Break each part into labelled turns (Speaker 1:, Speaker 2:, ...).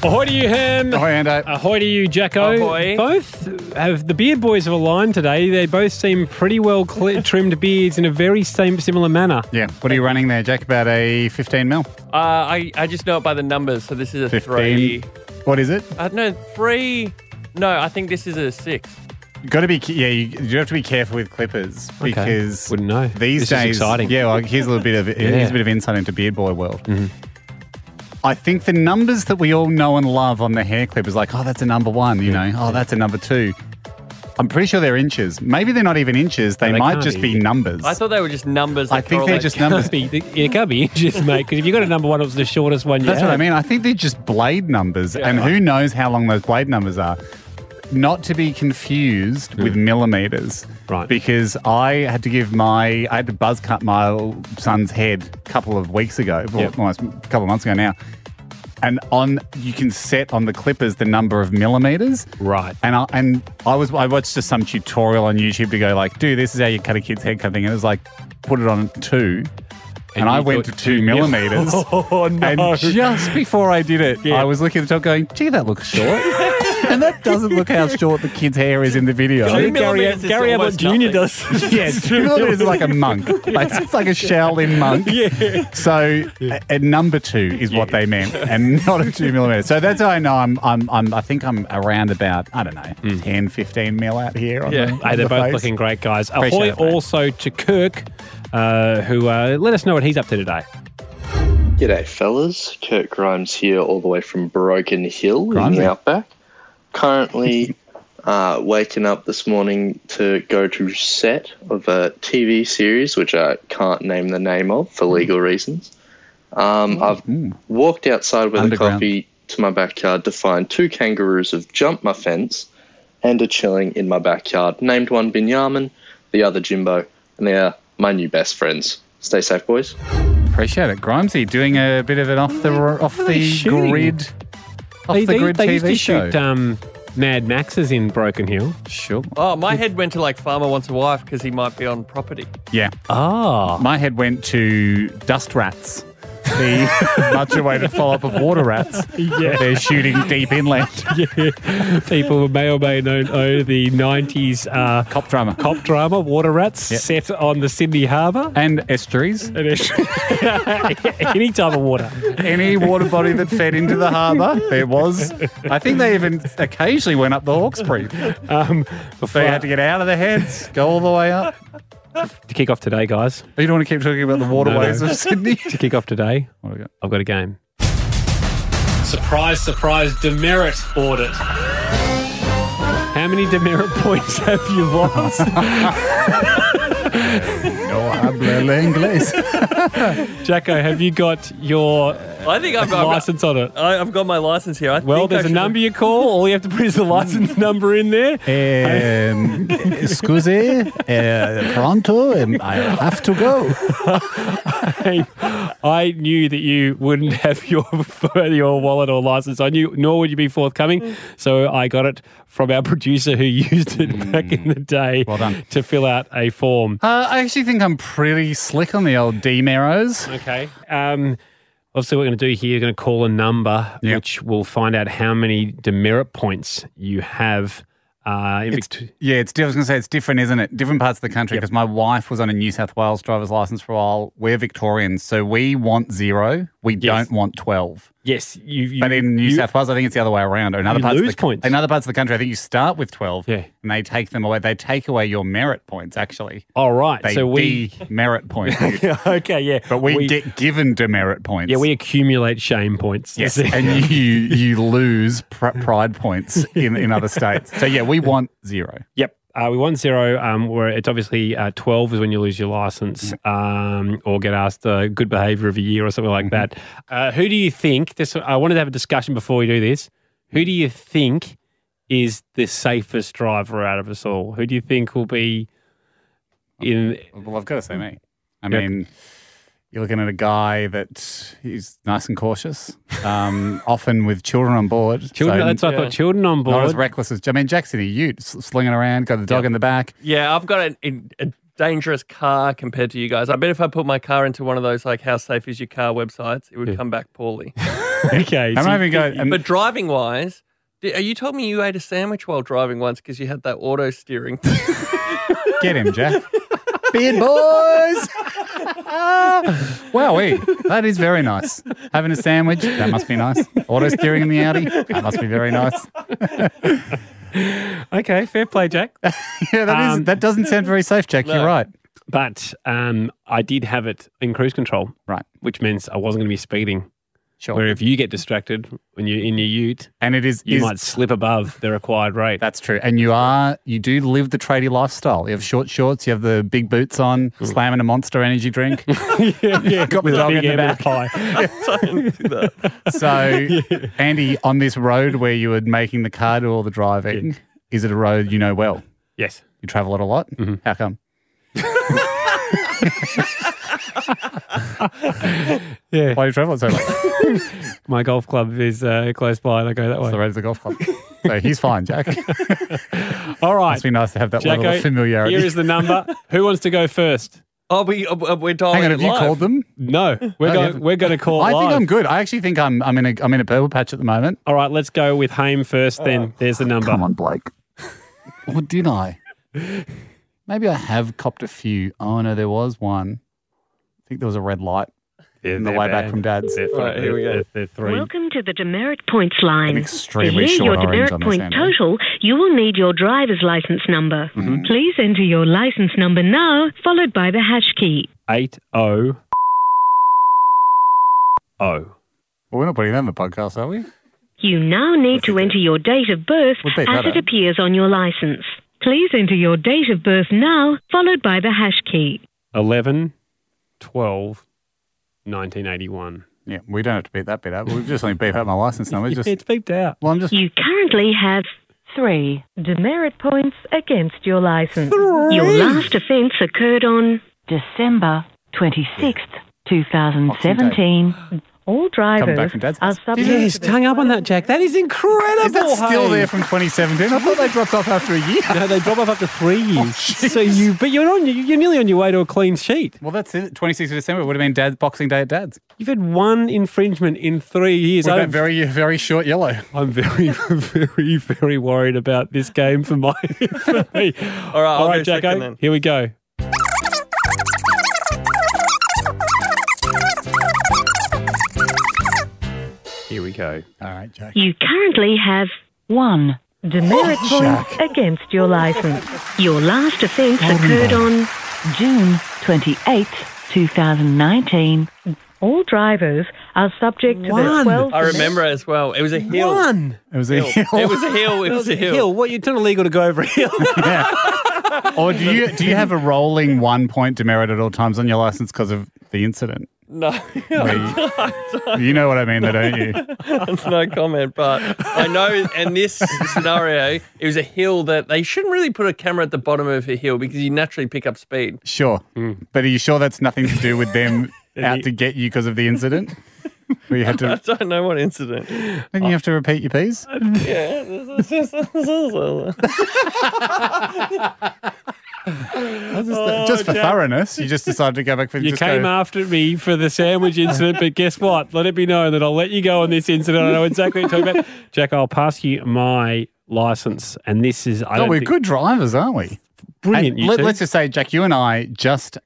Speaker 1: Ahoy to you, Ham.
Speaker 2: Hi, Ando.
Speaker 1: Ahoy to you, Jacko.
Speaker 3: Ahoy.
Speaker 1: Both have the beard boys have aligned today. They both seem pretty well cle trimmed beards in a very same similar manner.
Speaker 2: yeah, what are you running there, Jack? About a 15 mil?
Speaker 3: Uh, I, I just know it by the numbers, so this is a
Speaker 2: 15.
Speaker 3: three.
Speaker 2: What is it?
Speaker 3: Uh, no, three. No, I think this is a six.
Speaker 2: Got to be, yeah, you, you have to be careful with clippers because
Speaker 1: Wouldn't know. This
Speaker 2: these
Speaker 1: is
Speaker 2: days.
Speaker 1: exciting. Mm-hmm.
Speaker 2: Yeah, well, here's a little bit of here's a bit of insight into Beard Boy world. I think the numbers that we all know and love on the hair clip is like, oh, that's a number one, you know, oh, that's a number two. I'm pretty sure they're inches. Maybe they're not even inches. They,
Speaker 1: they
Speaker 2: might
Speaker 1: can't
Speaker 2: just
Speaker 1: be.
Speaker 2: be numbers.
Speaker 3: I thought they were just numbers.
Speaker 2: I
Speaker 3: that
Speaker 2: think they're
Speaker 3: correlate.
Speaker 2: just numbers.
Speaker 1: Must be, it can't be inches, mate. Because if you got a number one, it was the shortest one.
Speaker 2: That's
Speaker 1: you
Speaker 2: what I
Speaker 1: had.
Speaker 2: mean. I think they're just blade numbers, and who knows how long those blade numbers are. Not to be confused with millimeters,
Speaker 1: Hmm. Right.
Speaker 2: Because I had to give my, I had to buzz cut my son's head a couple of weeks ago, well,
Speaker 1: Yep.
Speaker 2: almost a couple of months ago now. And on, you can set on the clippers the number of millimeters,
Speaker 1: Right.
Speaker 2: And I and I was I watched just some tutorial on YouTube to go like, dude, this is how you cut a kid's head cutting, and it was like, put it on two, and, I
Speaker 1: you
Speaker 2: went to
Speaker 1: got
Speaker 2: two
Speaker 1: two mil-
Speaker 2: millimeters.
Speaker 1: Oh, no.
Speaker 2: And just before I did it,
Speaker 1: Yeah.
Speaker 2: I was looking at the top going, gee, that looks short. and that doesn't look how short the kid's hair is in the video.
Speaker 1: I
Speaker 3: Two
Speaker 1: think Gary, uh,
Speaker 3: millimetres is
Speaker 1: Gary Abbott
Speaker 3: almost
Speaker 1: Jr.
Speaker 3: nothing.
Speaker 1: does.
Speaker 2: Yeah, two millimeters is like a monk. Like, it's like a Shaolin monk. Yeah. So a, a number two is what they meant, and not a two millimeter. So that's how I know I'm, I'm, I'm I think I'm around about, I don't know, 10, 15 mil out here. On
Speaker 3: Yeah.
Speaker 2: the,
Speaker 1: Mm, Hey,
Speaker 2: on
Speaker 1: they're
Speaker 2: the
Speaker 1: both
Speaker 2: face.
Speaker 1: looking great, guys. Ahoy
Speaker 2: Appreciate it, mate.
Speaker 1: also to Kirk, uh, who uh, let us know what he's up to today.
Speaker 4: G'day, fellas. Kurt Grimes here, all the way from Broken Hill in
Speaker 2: Grimesy.
Speaker 4: the outback. Currently uh, waking up this morning to go to set of a TV series, which I can't name the name of for legal reasons. Um, I've walked outside with a
Speaker 2: Underground.
Speaker 4: coffee to my backyard to find two kangaroos have jumped my fence and are chilling in my backyard. Named one Binyamin, the other Jimbo, and they are my new best friends. Stay safe, boys.
Speaker 2: Appreciate it. Grimesy doing a bit of an off the, off
Speaker 1: are they
Speaker 2: the
Speaker 1: shooting?
Speaker 2: grid. Off
Speaker 1: they
Speaker 2: the
Speaker 1: they-
Speaker 2: grid
Speaker 1: they
Speaker 2: TV
Speaker 1: used to
Speaker 2: show.
Speaker 1: shoot um, Mad Maxes in Broken Hill.
Speaker 2: Sure.
Speaker 3: Oh, my head went to like farmer wants a wife because he might be on property.
Speaker 2: Yeah.
Speaker 1: Ah.
Speaker 2: My head went to dust rats, the much awaited follow up of water rats.
Speaker 1: Yeah.
Speaker 2: They're shooting deep inland.
Speaker 1: people who may or may not know the 90s uh, cop,
Speaker 2: Cop drama.
Speaker 1: drama Water Rats
Speaker 2: Yep.
Speaker 1: set on the Sydney Harbour.
Speaker 2: And estuaries.
Speaker 1: And it's- Any type of water.
Speaker 2: Any water body that fed into the harbour, there was. I think they even occasionally went up the Hawkesbury.
Speaker 1: Um,
Speaker 2: So you had to get out of the heads, go all the way up.
Speaker 1: to kick off today, guys.
Speaker 2: You don't want to keep talking about the waterways
Speaker 1: No, no.
Speaker 2: of Sydney.
Speaker 1: To kick off today,
Speaker 2: What have we got?
Speaker 1: I've got a game. Surprise, surprise, demerit audit. How many demerit points have you lost?
Speaker 2: No Oh, habla el inglés.
Speaker 1: Jacko, have you got your
Speaker 3: I think I've, I've,
Speaker 1: license on it?
Speaker 3: I- I've got my license here. I
Speaker 1: Well,
Speaker 3: think I
Speaker 1: there's a
Speaker 3: should-
Speaker 1: number you call. All you have to put is the license number in there.
Speaker 2: Um, excuse, uh, pronto, um, I have to go.
Speaker 1: I, I knew that you wouldn't have your your wallet or license. I knew, nor would you be forthcoming. So I got it from our producer who used it back in the day
Speaker 2: Mm. Well done.
Speaker 1: to fill out a form.
Speaker 2: Uh, I actually think I'm pretty slick on the old D marrows.
Speaker 1: Okay. Um, obviously, what we're going to do here, you're going to call a number,
Speaker 2: Yep.
Speaker 1: which will find out how many demerit points you have. Uh, in
Speaker 2: It's,
Speaker 1: Victor-
Speaker 2: yeah, it's. I was going to say it's different, isn't it? Different parts of the country. Because my wife was on a New South Wales driver's license for a while. We're Victorians, so we want zero. We
Speaker 1: Yes.
Speaker 2: don't want twelve.
Speaker 1: yes, you. you
Speaker 2: But in New
Speaker 1: you-
Speaker 2: South Wales, I think it's the other way around. In other
Speaker 1: You
Speaker 2: parts
Speaker 1: lose
Speaker 2: of the,
Speaker 1: points.
Speaker 2: In other parts of the country, I think you start with twelve.
Speaker 1: Yeah.
Speaker 2: and they take them away. They take away your merit points. Actually,
Speaker 1: All right.
Speaker 2: they
Speaker 1: so we.
Speaker 2: demerit points. you.
Speaker 1: okay. Yeah.
Speaker 2: But we, get given demerit points.
Speaker 1: Yeah, we accumulate shame points.
Speaker 2: Yes, and you you lose pr- pride points in, in other states. So yeah, we want zero.
Speaker 1: Yep. Uh, we want zero. Um, where it's obviously uh, twelve is when you lose your license,
Speaker 2: Mm.
Speaker 1: um, or get asked uh, good behaviour of a year or something like
Speaker 2: Mm-hmm.
Speaker 1: that. Uh, who do you think? This I wanted to have a discussion before we do this. Who do you think is the safest driver out of us all? Who do you think will be in?
Speaker 2: Well, I've got to say me. I
Speaker 1: Yeah.
Speaker 2: mean, you're looking at a guy that he's nice and cautious, um, often with children on board.
Speaker 1: Children,
Speaker 2: so
Speaker 1: that's what I
Speaker 3: Yeah.
Speaker 1: thought. Children on
Speaker 2: Not as
Speaker 1: board.
Speaker 2: reckless as I mean, Jack's in a ute, sl- slinging around, got the dog in the back.
Speaker 3: Yeah, I've got an, in- a dangerous car compared to you guys. I bet if I put my car into one of those like how safe is your car websites, it would come back poorly.
Speaker 1: okay. so-
Speaker 2: I'm not even going. and-
Speaker 3: but driving wise, di- uh, you told me you ate a sandwich while driving once because you had that auto steering.
Speaker 2: Get him, Jack. Beard boys. Wowee, that is very nice. Having a sandwich, that must be nice. Auto steering in the Audi, that must be very nice.
Speaker 1: okay, fair play, Jack.
Speaker 2: Yeah, that is-
Speaker 1: Um,
Speaker 2: That doesn't sound very safe, Jack. You're right.
Speaker 1: but um, I did have it in cruise control,
Speaker 2: Right.
Speaker 1: which means I wasn't going to be speeding.
Speaker 2: Sure.
Speaker 1: Where if you get distracted when you're in your ute,
Speaker 2: and it is.
Speaker 1: you
Speaker 2: is-
Speaker 1: might slip above the required rate.
Speaker 2: That's true. And you are, you do live the tradie lifestyle. You have short shorts, you have the big boots on, slamming a monster energy drink.
Speaker 1: yeah, yeah.
Speaker 2: Got the dog in the back. So, Andy, on this road where you were making the car do all the driving, is it a road you know well?
Speaker 1: Yes.
Speaker 2: You travel it a lot?
Speaker 1: Mm-hmm.
Speaker 2: How come?
Speaker 1: Yeah.
Speaker 2: Why do you travel it so much?
Speaker 1: My golf club is uh, close by, and I go that
Speaker 2: the
Speaker 1: way.
Speaker 2: road's a golf club. So he's fine, Jack.
Speaker 1: All right,
Speaker 2: Must be nice to have that level
Speaker 1: Jacko.
Speaker 2: of familiarity.
Speaker 1: Here is the number. Who wants to go first?
Speaker 3: oh, we, uh, uh, we're dialing
Speaker 2: Hang on,
Speaker 3: it
Speaker 2: have you
Speaker 3: live.
Speaker 2: called them?
Speaker 1: No,
Speaker 2: you
Speaker 1: we're going.
Speaker 2: haven't.
Speaker 1: We're going to call.
Speaker 2: Oh, I think
Speaker 1: live.
Speaker 2: I'm good. I actually think I'm I'm in a I'm in a purple patch at the moment.
Speaker 1: All right, let's go with Haim first. Then there's the number.
Speaker 2: Oh, on, Blake. or did I? Maybe I have copped a few. Oh no, there was one. I think there was a red light on the way back from Dad's.
Speaker 1: They're,
Speaker 3: All right, here we go.
Speaker 1: they're- they're three.
Speaker 5: Welcome to the demerit points line.
Speaker 2: An extremely
Speaker 5: to hear
Speaker 2: short
Speaker 5: your
Speaker 2: orange
Speaker 5: demerit
Speaker 2: on this
Speaker 5: point
Speaker 2: end, eh?
Speaker 5: total, you will need your driver's license number.
Speaker 2: Mm-hmm.
Speaker 5: Please enter your license number now, followed by the hash key.
Speaker 1: Eight oh oh.
Speaker 2: Well, we're not putting that in the podcast, are we?
Speaker 5: You now need to enter your date of birth
Speaker 2: We'll beat
Speaker 5: as
Speaker 2: that
Speaker 5: it
Speaker 2: up.
Speaker 5: appears on your license. Please enter your date of birth now, followed by the hash key.
Speaker 1: 11, 12, 1981.
Speaker 2: Yeah, we don't have to beat that bit up. We've just only beat up my license number. Just
Speaker 1: it's beeped out.
Speaker 2: well, I'm just
Speaker 5: You currently have three demerit points against your license. Your last offence occurred on
Speaker 6: December 26th, 2017.
Speaker 2: coming
Speaker 5: all
Speaker 2: back
Speaker 5: drivers
Speaker 2: from Dad's.
Speaker 5: are
Speaker 2: house.
Speaker 5: subject to the
Speaker 1: hung up on that, Jack. That is incredible.
Speaker 2: Is that still there from 2017? I thought they dropped off after a year.
Speaker 1: No, they drop off after three years. so you, but you're on. You're nearly on your way to a clean sheet.
Speaker 2: Well, that's it. 26th of December would have been Dad's Boxing Day at Dad's.
Speaker 1: You've had one infringement in three years.
Speaker 2: What about
Speaker 1: I'm,
Speaker 2: very, very short yellow?
Speaker 1: I'm very, very, very worried about this game for my. For me.
Speaker 3: All right, I'll
Speaker 1: All
Speaker 3: go
Speaker 1: right,
Speaker 3: second
Speaker 1: Jacko.
Speaker 3: then.
Speaker 1: Here we go. Here we go.
Speaker 2: All right, Jack.
Speaker 5: You currently have
Speaker 6: One.
Speaker 5: demerit
Speaker 2: Oh,
Speaker 5: points against your license. Your last offence occurred on
Speaker 6: June 28th, 2019.
Speaker 5: all drivers are subject to the
Speaker 1: One.
Speaker 5: 12
Speaker 3: I remember as well. It was a hill.
Speaker 1: One.
Speaker 2: It was a hill.
Speaker 1: Oh.
Speaker 3: It was a hill. It was a hill.
Speaker 1: What? It's not illegal to go over a hill.
Speaker 2: or do you do you have a rolling one point demerit at all times on your license because of the incident?
Speaker 3: No,
Speaker 2: Where you, you know what I mean, though, don't you?
Speaker 3: no comment. But I know in this scenario, it was a hill that they shouldn't really put a camera at the bottom of a hill because you naturally pick up speed.
Speaker 2: Sure,
Speaker 1: Mm.
Speaker 2: but are you sure that's nothing to do with them out to get you because of the incident? Where you had
Speaker 3: I
Speaker 2: to,
Speaker 3: don't know what incident.
Speaker 2: didn't you have to repeat your piece? Just, just for thoroughness, you just decided to go back for
Speaker 1: You
Speaker 2: just
Speaker 1: came
Speaker 2: go,
Speaker 1: after me for the sandwich incident, but guess what? Let it be known that I'll let you go on this incident. I know exactly what you're talking about. Jack, I'll pass you my license, and this is I
Speaker 2: Oh,
Speaker 1: don't
Speaker 2: we're
Speaker 1: think-
Speaker 2: good drivers, aren't we?
Speaker 1: brilliant.
Speaker 2: And
Speaker 1: you
Speaker 2: let,
Speaker 1: two.
Speaker 2: us just say, Jack, you and I just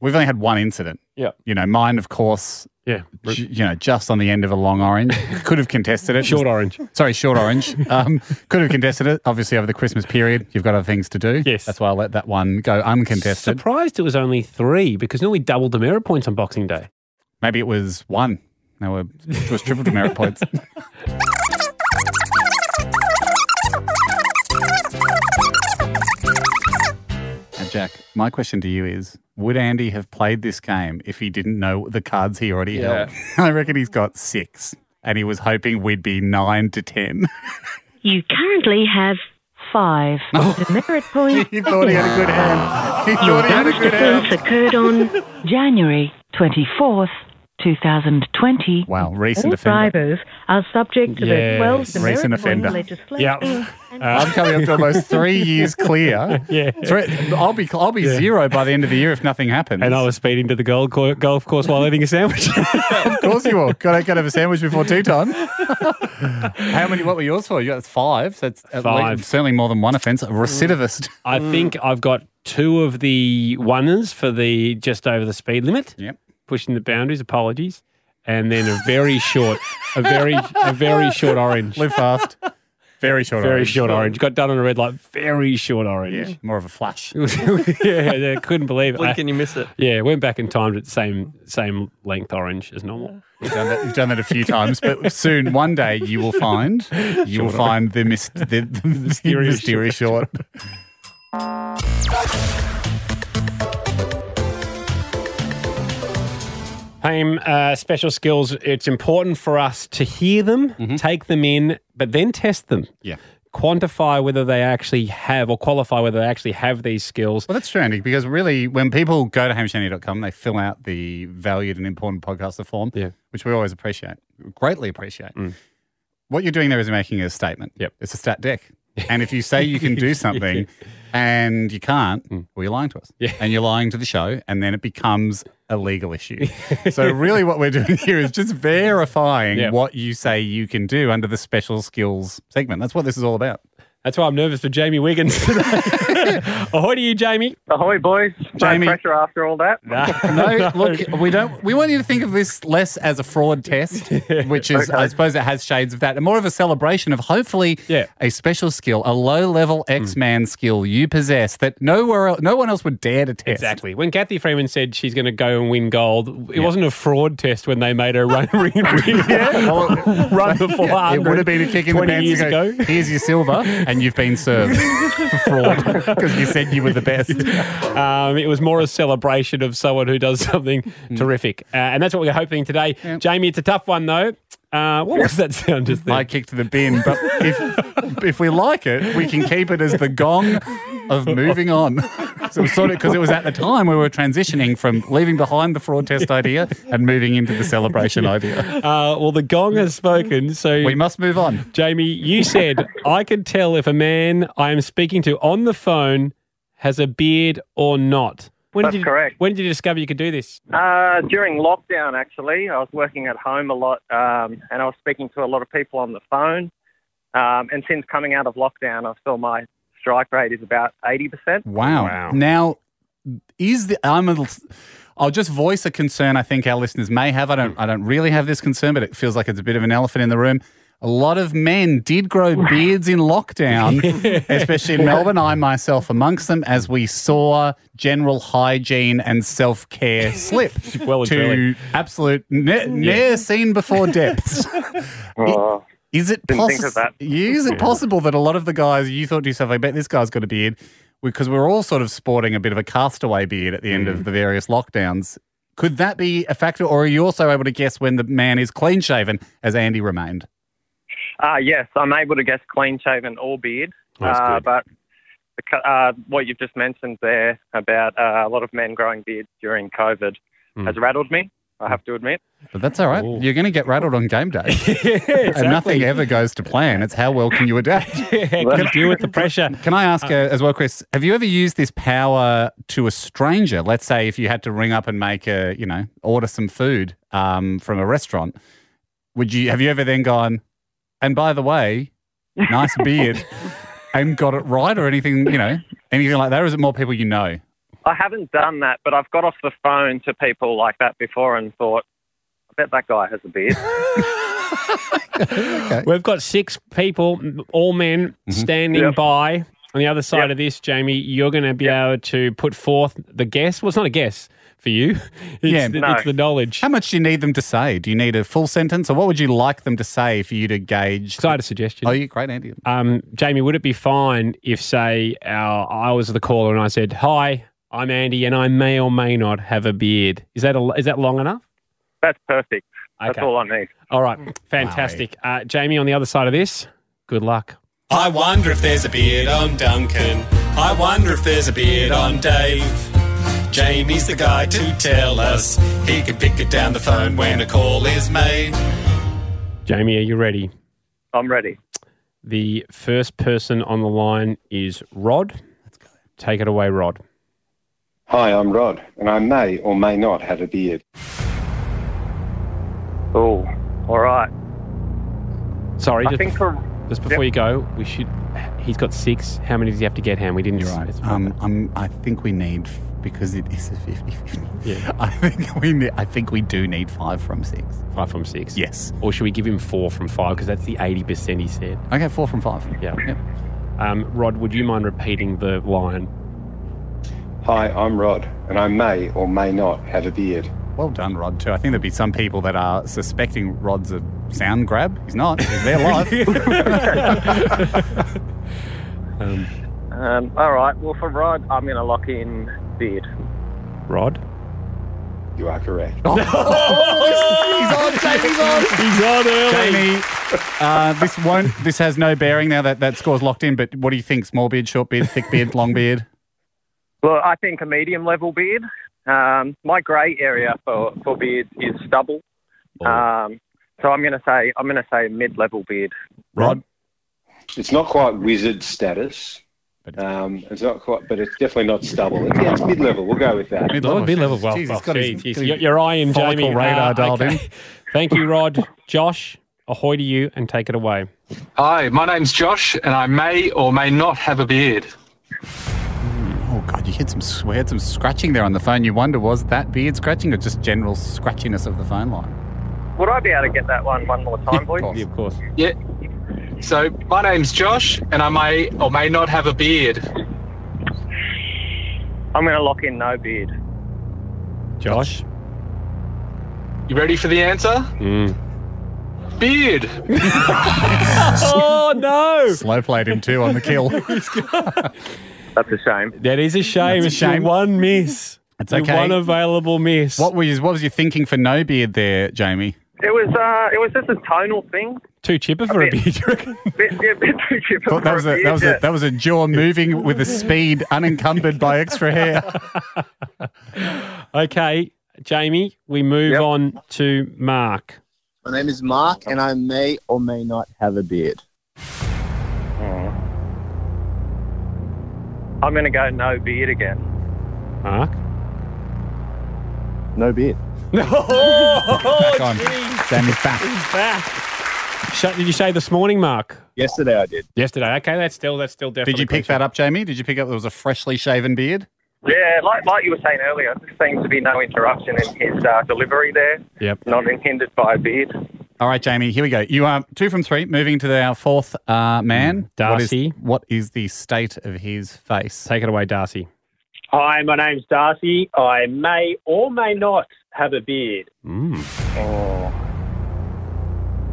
Speaker 2: we've only had one incident.
Speaker 3: Yeah.
Speaker 2: You know, mine, of course,
Speaker 1: yeah,
Speaker 2: j- you know, just on the end of a long orange. Could have contested it.
Speaker 1: short orange.
Speaker 2: Sorry, short orange. Um, could have contested it. Obviously, over the Christmas period, you've got other things to do.
Speaker 1: Yes.
Speaker 2: That's why I let that one go uncontested.
Speaker 1: Surprised it was only three because normally double the merit points on Boxing Day.
Speaker 2: Maybe it was one. No, it was triple demerit points. Now, Jack, my question to you is Would Andy have played this game if he didn't know the cards he already
Speaker 3: Yeah.
Speaker 2: held? I reckon he's got six, and he was hoping we'd be nine to ten.
Speaker 5: You currently have
Speaker 6: Five.
Speaker 5: demerit points
Speaker 2: he thought he had a good hand.
Speaker 1: Oh,
Speaker 6: Your
Speaker 7: had a
Speaker 6: last
Speaker 7: good hour.
Speaker 6: offence occurred on January 24th, 2020.
Speaker 2: Wow, recent
Speaker 5: All
Speaker 2: offender.
Speaker 5: drivers are subject to
Speaker 1: Yes.
Speaker 5: the 12 Demerit
Speaker 2: Recent
Speaker 5: Point
Speaker 2: offender.
Speaker 5: legislation.
Speaker 1: Yeah.
Speaker 5: and
Speaker 2: Uh, I'm coming up to almost three years clear.
Speaker 1: Yeah.
Speaker 2: Three, I'll be I'll be zero by the end of the year if nothing happens.
Speaker 1: And I was speeding to the gold co- golf course while eating a sandwich.
Speaker 2: of course you will. Got to have a sandwich before tea time. How many? What were yours for? You got five. So that's at
Speaker 1: Five.
Speaker 2: least- certainly more than one offence. A recidivist.
Speaker 1: I think I've got two of the oneers for the just over the speed limit,
Speaker 2: Yep.
Speaker 1: pushing the boundaries. Apologies, and then a very short, a very a very short orange,
Speaker 2: Live fast. Very short.
Speaker 1: very
Speaker 2: orange.
Speaker 1: short orange. Got done on a red light. Very short orange.
Speaker 2: Yeah, more of a flash.
Speaker 1: yeah, yeah, couldn't believe it.
Speaker 3: Blink
Speaker 1: I-
Speaker 3: and you miss it.
Speaker 1: yeah, went back and timed it same same length orange as normal.
Speaker 2: You've done that, you've done that a few times, but soon, one day, you will find you will find the, mis- the, the mysterious,
Speaker 1: Mysterious
Speaker 2: short.
Speaker 1: Haim, uh, special skills. It's important for us to hear them, take them in, but then test them.
Speaker 2: Mm-hmm. Yeah.
Speaker 1: Quantify whether they actually have or qualify whether they actually have these skills.
Speaker 2: Well, that's true, Andy, because really, when people go to hamishandy.com, they fill out the valued and important podcaster form,
Speaker 1: Yeah. Mm.
Speaker 2: which we always appreciate, greatly appreciate. What you're doing there is making a statement.
Speaker 1: Yep.
Speaker 2: It's a stat deck. And if you say you can do something and you can't, well, you're lying to us.
Speaker 1: Mm. Yeah.
Speaker 2: And you're lying to the show, and then it becomes a legal issue. so, really, what we're doing here is just verifying
Speaker 1: Yep.
Speaker 2: what you say you can do under the special skills segment. That's what this is all about.
Speaker 1: That's why I'm nervous for Jamie Wiggins today. Ahoy to you, Jamie.
Speaker 8: Ahoy, boys.
Speaker 2: Jamie.
Speaker 8: No pressure after all that.
Speaker 2: No, look, we don't. We want you to think of this less as a fraud test, which is, I suppose, it has shades of that, and more of a celebration of hopefully
Speaker 1: Yeah. Hmm.
Speaker 2: a special skill, a low-level X-Man skill you possess that nowhere, el- no one else would dare to test.
Speaker 1: Exactly. When Kathy Freeman said she's going to go and win gold, it wasn't a fraud test when they made her run ring, ring,
Speaker 2: Well, it-
Speaker 1: run the 400.
Speaker 2: It would have been a kick in the
Speaker 1: 20
Speaker 2: pants
Speaker 1: years
Speaker 2: to go,
Speaker 1: ago.
Speaker 2: Here's your silver, and you've been served for fraud because you said you were the best.
Speaker 1: Um, it was more a celebration of someone who does something
Speaker 2: Mm.
Speaker 1: terrific. Uh, and that's what we're hoping today. Jamie, it's a tough one, though. Uh, what was that sound just there?
Speaker 2: I kicked the bin, but if if we like it, we can keep it as the gong of moving on. So sort of because it was at the time we were transitioning from leaving behind the fraud test idea and moving into the celebration idea.
Speaker 1: Uh, well, the gong has spoken. So,
Speaker 2: We must move on.
Speaker 1: Jamie, you said, I can tell if a man I am speaking to on the phone has a beard or not. When
Speaker 8: That's
Speaker 1: did you,
Speaker 8: correct.
Speaker 1: When did you discover you could do this?
Speaker 8: Uh, during lockdown, actually, I was working at home a lot um, and I was speaking to a lot of people on the phone. Um, and since coming out of lockdown, I feel my strike rate is about 80%.
Speaker 2: Wow.
Speaker 1: Wow.
Speaker 2: Now, is the I'm a, I'll just voice a concern I think our listeners may have. I don't
Speaker 1: Hmm.
Speaker 2: I don't really have this concern, but it feels like it's a bit of an elephant in the room. A lot of men did grow beards in lockdown, especially in Melbourne. I myself amongst them, as we saw general hygiene and self care slip
Speaker 1: Well and
Speaker 2: to
Speaker 1: truly.
Speaker 2: absolute ne- ne'er seen before depths.
Speaker 8: Oh,
Speaker 2: Is it
Speaker 8: Didn't think of
Speaker 2: possible?
Speaker 8: that.
Speaker 2: Is it possible that a lot of the guys you thought to yourself, "I bet this guy's got a beard," because we're all sort of sporting a bit of a castaway beard at the end
Speaker 8: Mm.
Speaker 2: of the various lockdowns? Could that be a factor, or are you also able to guess when the man is clean shaven, as Andy remained?
Speaker 8: uh, yes, I'm able to guess clean shaven or beard.
Speaker 1: That's
Speaker 8: uh,
Speaker 1: good.
Speaker 8: But the co- uh, what you've just mentioned there about uh, a lot of men growing beards during COVID
Speaker 1: Hmm.
Speaker 8: has rattled me, I have to admit.
Speaker 2: But that's all right.
Speaker 1: Ooh.
Speaker 2: You're going to get rattled on game day,
Speaker 1: exactly.
Speaker 2: and nothing ever goes to plan. It's how well can you adapt.
Speaker 1: Can you deal with the pressure?
Speaker 2: Can I ask uh, as well, Chris? Have you ever used this power to a stranger? Let's say if you had to ring up and make a, you know, order some food um, from a restaurant, would you? Have you ever then gone? And by the way, nice beard, and got it right, or anything, you know, anything like that? Or is it more people you know?
Speaker 8: I haven't done that, but I've got off the phone to people like that before and thought, I bet that guy has a beard.
Speaker 1: We've got six people, m- all men,
Speaker 2: Mm-hmm.
Speaker 1: standing
Speaker 8: Yep.
Speaker 1: by. On the other side of this, Jamie, you're going to be able to put forth the guess. Well, it's not a guess for you. It's,
Speaker 2: Yeah.
Speaker 1: the,
Speaker 8: No.
Speaker 1: it's the knowledge.
Speaker 2: How much do you need them to say? Do you need a full sentence, or what would you like them to say for you to gauge?
Speaker 1: So I had a suggestion.
Speaker 2: Oh, you great, Andy.
Speaker 1: um, Jamie, would it be fine if, say, our, I was the caller and I said, "Hi, I'm Andy, and I may or may not have a beard." Is that a, is that long enough?
Speaker 8: That's perfect. That's
Speaker 1: Okay.
Speaker 8: all I need.
Speaker 1: All right,
Speaker 8: Mm.
Speaker 1: fantastic.
Speaker 2: eh?
Speaker 1: Uh, Jamie, on the other side of this, good luck.
Speaker 9: I wonder if there's a beard on Duncan.
Speaker 10: I wonder if there's a beard on Dave. Jamie's the guy to tell us. He can pick it down the phone when a call is made.
Speaker 1: Jamie, are you ready?
Speaker 11: I'm ready.
Speaker 1: The first person on the line is Rod. Let's go. Take it away, Rod.
Speaker 4: Hi, I'm Rod, and I may or may not have a beard.
Speaker 11: Oh, all right.
Speaker 1: Sorry,
Speaker 11: I
Speaker 1: just,
Speaker 11: think
Speaker 1: bef-
Speaker 11: for-
Speaker 1: just before you go, we should. He's got six. How many does he have to get, Ham? We didn't.
Speaker 2: You're right. Um, I'm, I think we need because it is a 50-50.
Speaker 1: Yeah.
Speaker 2: I think we ne- I think we do need five from six.
Speaker 1: Five from six.
Speaker 2: Yes.
Speaker 1: Or should we give him four from five? Because that's the 80% he said.
Speaker 2: Okay, four from five.
Speaker 1: Yeah. Um, Rod, would you mind repeating the line?
Speaker 4: Hi, I'm Rod, and I may or may not have a beard.
Speaker 2: Well done, Rod. Too. I think there'd be some people that are suspecting Rod's a sound grab. He's not. He's there live.
Speaker 1: Um,
Speaker 11: Um, all right. Well, for Rod, I'm going to lock in beard.
Speaker 1: Rod?
Speaker 4: You are correct.
Speaker 2: Oh,
Speaker 10: he's on, Jamie's on.
Speaker 1: He's on early.
Speaker 2: Jamie, uh, this won't. This has no bearing now that that score's locked in. But what do you think? Small beard, short beard, thick beard, long beard?
Speaker 11: Well, I think a medium level beard. Um, my grey area for, for beards is stubble.
Speaker 1: Oh.
Speaker 11: Um, so I'm going to say I'm going to say mid level beard.
Speaker 2: Rod,
Speaker 4: It's not quite wizard status. Um, it's not quite, but it's definitely not stubble. It's, yeah, it's mid-level. We'll go with that.
Speaker 1: Mid-level, mid-level. Well,
Speaker 2: Jeez, he's
Speaker 1: well,
Speaker 2: got his-
Speaker 1: geez, your, your eye in
Speaker 2: follicle
Speaker 1: Jamie. uh,
Speaker 2: radar dialed in.
Speaker 1: Thank you, Rod. Josh, ahoy to you and take it away.
Speaker 3: Hi, my name's Josh, and I may or may not have a beard.
Speaker 2: Oh God, you heard some swear, had some scratching there on the phone. You wonder was that beard scratching or just general scratchiness of the phone line?
Speaker 11: Would I be able to get that one one more time, boys?
Speaker 2: course.
Speaker 1: Yeah, of course.
Speaker 3: Yeah. So my name's Josh, and I may or may not have a beard.
Speaker 11: I'm going to lock in no beard.
Speaker 1: Josh?
Speaker 3: You ready for the answer?
Speaker 1: Mm.
Speaker 3: Beard.
Speaker 1: oh, no.
Speaker 2: Slow played him too on the kill.
Speaker 11: That's a shame.
Speaker 1: That is a shame.
Speaker 2: That's a
Speaker 1: It's your
Speaker 2: shame.
Speaker 1: one miss.
Speaker 2: It's
Speaker 1: Your
Speaker 2: okay.
Speaker 1: one available miss.
Speaker 2: What was what was your thinking for no beard there, Jamie?
Speaker 11: It was uh, it was just a tonal thing.
Speaker 1: Too chipper for a
Speaker 11: Okay.
Speaker 1: beard, you reckon?
Speaker 11: Bit, yeah, bit too cheap
Speaker 2: Thought that
Speaker 11: for
Speaker 2: was
Speaker 11: a
Speaker 2: a that was
Speaker 11: beard,
Speaker 2: a that was a jaw moving with a speed unencumbered by extra hair.
Speaker 1: Okay, Jamie, we move on to Mark.
Speaker 12: My name is Mark, and I may or may not have a beard.
Speaker 11: yeah. I'm going to go no beard again.
Speaker 1: Mark?
Speaker 12: No beard.
Speaker 1: Oh,
Speaker 2: Back on. Jamie's back.
Speaker 1: Sh- Did you say this morning, Mark?
Speaker 12: Yesterday I did.
Speaker 1: Yesterday. Okay, that's still that's still definitely.
Speaker 2: Did you pick that up, Jamie? Did you pick up there was a freshly shaven beard?
Speaker 11: Yeah, like like you were saying earlier, there seems to be no interruption in his uh, delivery there.
Speaker 1: Yep.
Speaker 11: Not hindered by a beard.
Speaker 2: All right, Jamie, here we go. You are two from three, moving to our fourth uh, man.
Speaker 1: Darcy.
Speaker 2: What is, what is the state of his face?
Speaker 1: Take it away, Darcy.
Speaker 5: Hi, my name's Darcy. I may or may not have a beard.
Speaker 1: Mm.
Speaker 11: Oh.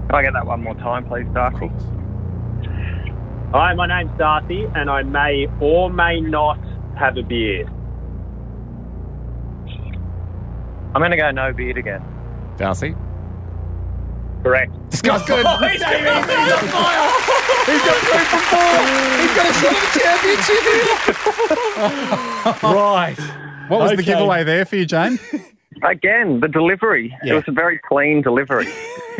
Speaker 11: Can I get that one more time, please, Darcy?
Speaker 5: Hi, my name's Darcy, and I may or may not have a beard.
Speaker 11: I'm going to go no beard again.
Speaker 2: Darcy?
Speaker 5: Correct.
Speaker 2: This guy's good.
Speaker 10: he's on fire. He's got three from four. He's got a shot at the championship.
Speaker 1: right.
Speaker 2: What was the
Speaker 1: Okay.
Speaker 2: giveaway there for you, Jane?
Speaker 11: Again, the delivery.
Speaker 2: Yeah.
Speaker 11: It was a very clean delivery.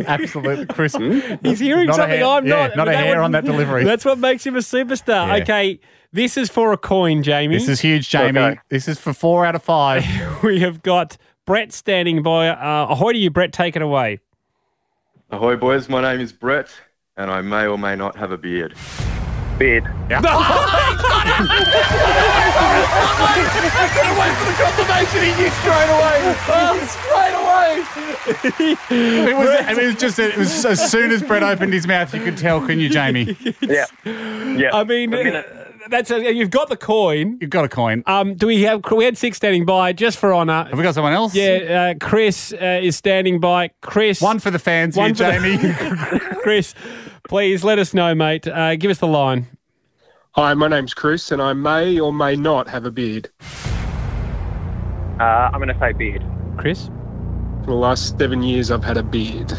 Speaker 2: Absolutely crisp.
Speaker 1: He's hearing
Speaker 2: Not a
Speaker 1: something
Speaker 2: hair-
Speaker 1: I'm
Speaker 2: yeah,
Speaker 1: not.
Speaker 2: not a
Speaker 1: That
Speaker 2: hair
Speaker 1: would-
Speaker 2: on that delivery.
Speaker 1: That's what makes him a superstar.
Speaker 2: Yeah.
Speaker 1: Okay, this is for a coin, Jamie.
Speaker 2: This is huge, Jamie.
Speaker 11: Okay.
Speaker 2: This is for four out of five.
Speaker 1: we have got Brett standing by. Uh, ahoy to you, Brett. Take it away.
Speaker 13: Ahoy, boys. My name is Brett, and I may or may not have a beard.
Speaker 11: Beard.
Speaker 10: away for the confirmation. He knew straight away. Oh, straight away.
Speaker 2: It was, I mean, it was just it was as soon as Brett opened his mouth, you could tell, couldn't you, Jamie?
Speaker 11: Yeah. Yeah.
Speaker 1: I mean, uh, that's a, you've got the coin.
Speaker 2: You've got a coin. Uh,
Speaker 1: Um, do we have? We had six standing by just for honour.
Speaker 2: Have we got someone else?
Speaker 1: Yeah, uh, Chris uh, is standing by. Chris,
Speaker 2: One for the fans
Speaker 1: One
Speaker 2: here,
Speaker 1: for the-
Speaker 2: Jamie.
Speaker 1: Chris, please let us know, mate. Uh, give us the line.
Speaker 3: Hi, my name's Chris, and I may or may not have a beard.
Speaker 11: Uh, I'm going to say beard.
Speaker 1: Chris.
Speaker 3: For the last seven years, I've had a beard.
Speaker 2: Jamie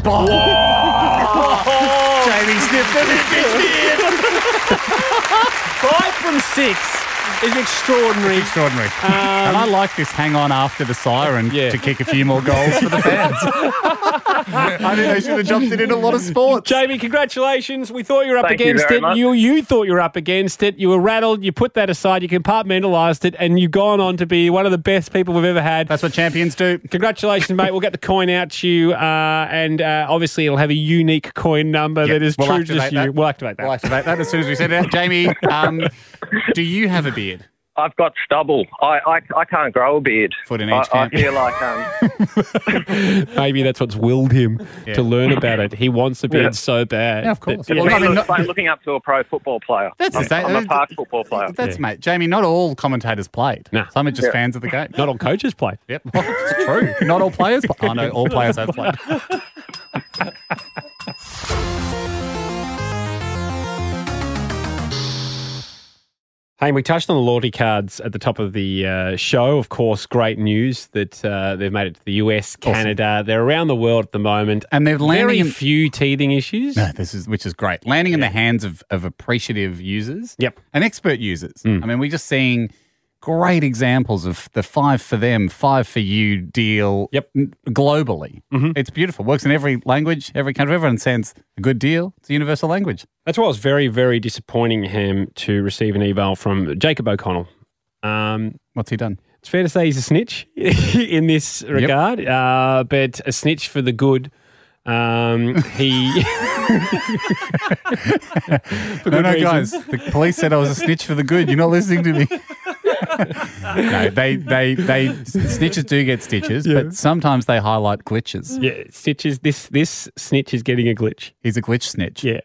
Speaker 2: sniffed it.
Speaker 1: Five from six. is extraordinary.
Speaker 2: extraordinary. and I like this hang on after the siren to kick a few more goals for the fans. I think they should have jumped it in a lot of sports.
Speaker 1: Jamie, congratulations. We thought you were up
Speaker 2: Thank you
Speaker 1: against
Speaker 2: very
Speaker 1: it.
Speaker 2: much.
Speaker 1: You you thought you were up against it. You were rattled. You put that aside. You compartmentalised it, and you've gone on to be one of the best people we've ever had. That's
Speaker 2: what champions do.
Speaker 1: Congratulations, mate. We'll get the coin out to you, uh, and uh, obviously it'll have a unique coin number
Speaker 2: Yeah,
Speaker 1: that is
Speaker 2: we'll
Speaker 1: true to
Speaker 2: activate
Speaker 1: just you.
Speaker 2: that.
Speaker 1: We'll activate that.
Speaker 2: We'll activate that as soon as we send it out. Jamie, um, do you have a beard?
Speaker 8: I've got stubble. I, I, I can't grow a beard.
Speaker 2: Foot in
Speaker 8: I,
Speaker 2: each
Speaker 8: I
Speaker 2: camp.
Speaker 8: feel like um,
Speaker 1: Maybe that's what's willed him
Speaker 8: Yeah.
Speaker 1: to learn about it. He wants the beard
Speaker 8: Yeah.
Speaker 1: so bad.
Speaker 2: Yeah, of course.
Speaker 1: that-
Speaker 2: Well,
Speaker 8: me
Speaker 2: I mean,
Speaker 8: look-
Speaker 2: not-
Speaker 8: like looking up to a pro football player.
Speaker 2: That's
Speaker 8: I'm,
Speaker 2: the same-
Speaker 8: I'm a park football player.
Speaker 2: That's mate, Jamie. Not all commentators played. Some are just
Speaker 8: Yeah.
Speaker 2: fans of the game.
Speaker 1: Not all coaches play.
Speaker 2: Yep, well, it's true. Not all players. Play. Oh no, all players have played.
Speaker 1: Hey, we touched on the loyalty cards at the top of the uh, show. Of course, great news that uh, they've made it to the US, Canada. They're around the world at the moment,
Speaker 2: and they've landing
Speaker 1: very
Speaker 2: in-
Speaker 1: few teething issues.
Speaker 2: No, this is which is great. Landing in the hands of, of appreciative users.
Speaker 1: Yep.
Speaker 2: And expert users.
Speaker 1: Mm.
Speaker 2: I mean, we're just seeing great examples of the five for them, five for you deal
Speaker 1: yep. Mm-hmm.
Speaker 2: globally. It's beautiful. Works in every language, every country. Everyone sends a good deal. It's a universal language.
Speaker 1: That's why it was very, very disappointing him to receive an email from Jacob O'Connell. Um,
Speaker 2: What's he done?
Speaker 1: It's fair to say he's a snitch in this regard, uh, but a snitch for the good. Um, he. For
Speaker 2: no,
Speaker 1: good
Speaker 2: no,
Speaker 1: reason.
Speaker 2: guys. The police said I was a snitch for the good. You're not listening to me. no, they, they, they, snitches do get stitches, but sometimes they highlight glitches.
Speaker 1: Yeah, snitches. This this snitch is getting a glitch.
Speaker 2: He's a glitch snitch.
Speaker 1: Yeah.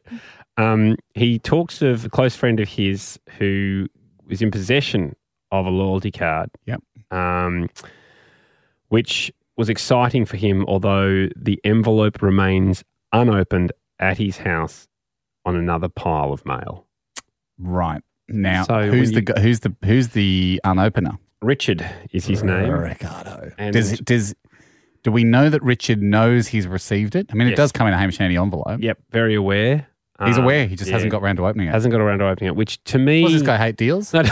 Speaker 1: Um, he talks of a close friend of his who was in possession of a loyalty card.
Speaker 2: Yep.
Speaker 1: Um, which was exciting for him, although the envelope remains unopened at his house on another pile of mail.
Speaker 2: Right now,
Speaker 1: So when
Speaker 2: who's the
Speaker 1: you-
Speaker 2: gu- who's the who's the unopener?
Speaker 1: Richard is his name.
Speaker 2: Ricardo.
Speaker 1: And-
Speaker 2: does does do we know that Richard knows he's received it? I mean, it
Speaker 1: Yes.
Speaker 2: does come in a Hamish and Andy envelope.
Speaker 1: Yep, very aware.
Speaker 2: He's
Speaker 1: Um,
Speaker 2: aware. He just hasn't
Speaker 1: yeah.
Speaker 2: got around to opening it.
Speaker 1: Hasn't got around to opening it, which to me.
Speaker 2: Does this guy hate deals?
Speaker 1: No,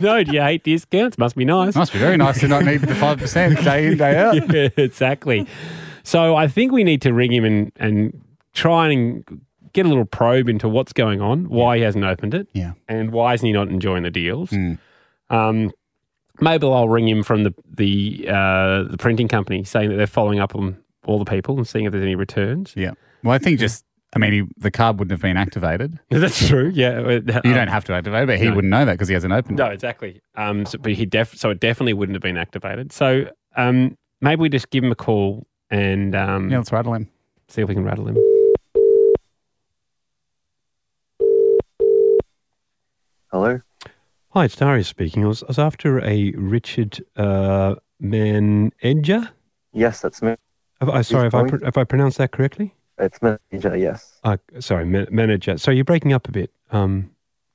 Speaker 1: no, do you hate discounts? Must be nice.
Speaker 2: Must be very nice to not need the five percent day in day out.
Speaker 1: Yeah, exactly. So I think we need to ring him and, and try and get a little probe into what's going on, why he hasn't opened it,
Speaker 2: yeah, Hmm.
Speaker 1: and why isn't he not enjoying the deals. Um, maybe I'll ring him from the the uh, the printing company saying that they're following up on all the people and seeing if there's any returns.
Speaker 2: Yeah. Well, I think just I mean, he, the card wouldn't have been activated.
Speaker 1: That's true. Yeah. Um, You
Speaker 11: Uh,
Speaker 2: You don't have to activate, it, but he
Speaker 1: No.
Speaker 2: wouldn't know that because he hasn't opened.
Speaker 1: No, exactly. Um, so, but he def- so it definitely wouldn't have been activated. So um, maybe we just give him a call and um,
Speaker 2: Yeah, let's rattle him.
Speaker 1: See if we can rattle him.
Speaker 11: Hello.
Speaker 14: Hi, it's Darius speaking. I was, I was after a Richard uh, Manenger.
Speaker 11: Yes, that's me.
Speaker 14: Have I,
Speaker 11: Who's
Speaker 14: sorry, have I,
Speaker 11: calling?
Speaker 14: pr- have I pronounced that correctly?
Speaker 11: It's manager. Yes.
Speaker 14: Uh, sorry, man- manager. So you're breaking up a bit. Um,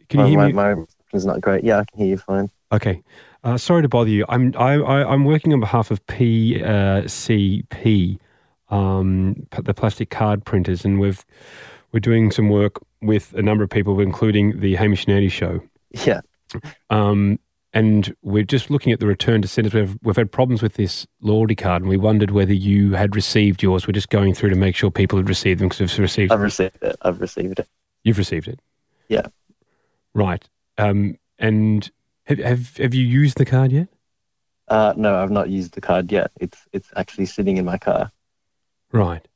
Speaker 14: can you
Speaker 11: Oh,
Speaker 14: hear
Speaker 11: my,
Speaker 14: me?
Speaker 11: My reception's not great. Yeah, I can hear you fine.
Speaker 14: Okay. Uh, sorry to bother you. I'm I, I, I'm working on behalf of PCP, um, p- the plastic card printers, and we've we're doing some work with a number of people, including the Hamish and Andy show.
Speaker 11: Yeah.
Speaker 14: Um, and we're just looking at the return to centres. We've, we've had problems with this loyalty card, and we wondered whether you had received yours. We're just going through to make sure people had received them because we've received.
Speaker 11: I've received it. I've received it.
Speaker 14: You've received it,
Speaker 11: Yeah.
Speaker 14: right? Um, and have, have have you used the card yet?
Speaker 11: Uh, no, I've not used the card yet. It's it's actually sitting in my car.
Speaker 14: Right.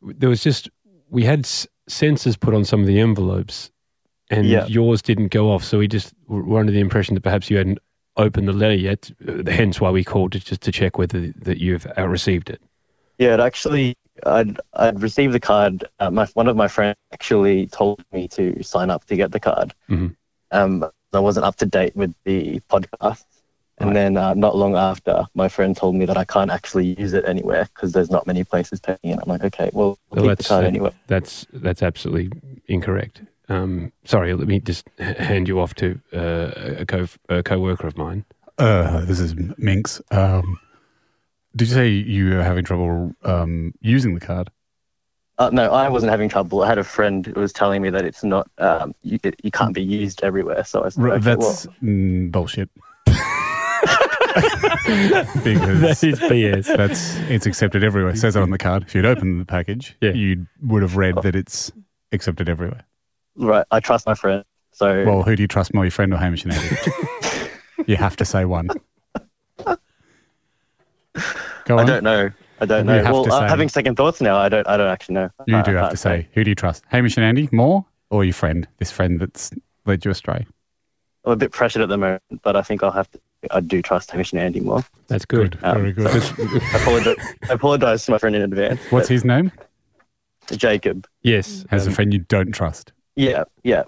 Speaker 14: There was just we had s- sensors put on some of the envelopes, and
Speaker 11: Yeah.
Speaker 14: yours didn't go off. So we just were under the impression that perhaps you hadn't opened the letter yet. uh, Hence, why we called it just to check whether that you've uh, received it.
Speaker 11: Yeah, it actually. I'd I'd received the card. Uh, my one of my friends actually told me to sign up to get the card.
Speaker 14: Mhm.
Speaker 11: Um, I wasn't up to date with the podcast, and then uh, not long after, my friend told me that I can't actually use it anywhere because there's not many places taking it. I'm like, okay, well, I'll
Speaker 14: Well,
Speaker 11: keep the card
Speaker 14: that-
Speaker 11: anyway.
Speaker 14: That's that's absolutely incorrect. Um, sorry, let me just h- hand you off to uh, a co a coworker of mine.
Speaker 2: Uh, this is Minx. Um, did you say you were having trouble um, using the card?
Speaker 11: Uh, no, I wasn't having trouble. I had a friend who was telling me that it's not, um, you, it, you can't be used everywhere. So I said,
Speaker 2: R-
Speaker 11: okay,
Speaker 2: that's
Speaker 11: well,
Speaker 2: mm, bullshit. because
Speaker 11: That is BS.
Speaker 2: That's it's accepted everywhere. It says it on the card. If you'd opened the package, you would have read that it's accepted everywhere.
Speaker 11: right, I trust my friend. So
Speaker 2: Well, who do you trust more, your friend or Hamish and Andy? you have to say one. Go
Speaker 11: I
Speaker 2: on.
Speaker 11: don't know. I don't
Speaker 2: You
Speaker 11: know.
Speaker 2: have
Speaker 11: Well,
Speaker 2: to
Speaker 11: I'm
Speaker 2: say.
Speaker 11: having second thoughts now. I don't. I don't actually know. Uh,
Speaker 2: You
Speaker 11: I-
Speaker 2: do
Speaker 11: I
Speaker 2: have
Speaker 11: can't
Speaker 2: to say who do you trust, Hamish and Andy more, or your friend, this friend that's led you astray.
Speaker 11: I'm a bit pressured at the moment, but I think I'll have to. I do trust Hamish and Andy more.
Speaker 2: That's good.
Speaker 11: Um,
Speaker 2: Very good.
Speaker 11: I apologize. I apologize to my friend in advance.
Speaker 2: What's his name?
Speaker 11: his? Jacob.
Speaker 2: Yes, um, as a friend you don't trust.
Speaker 11: Yeah. Yeah.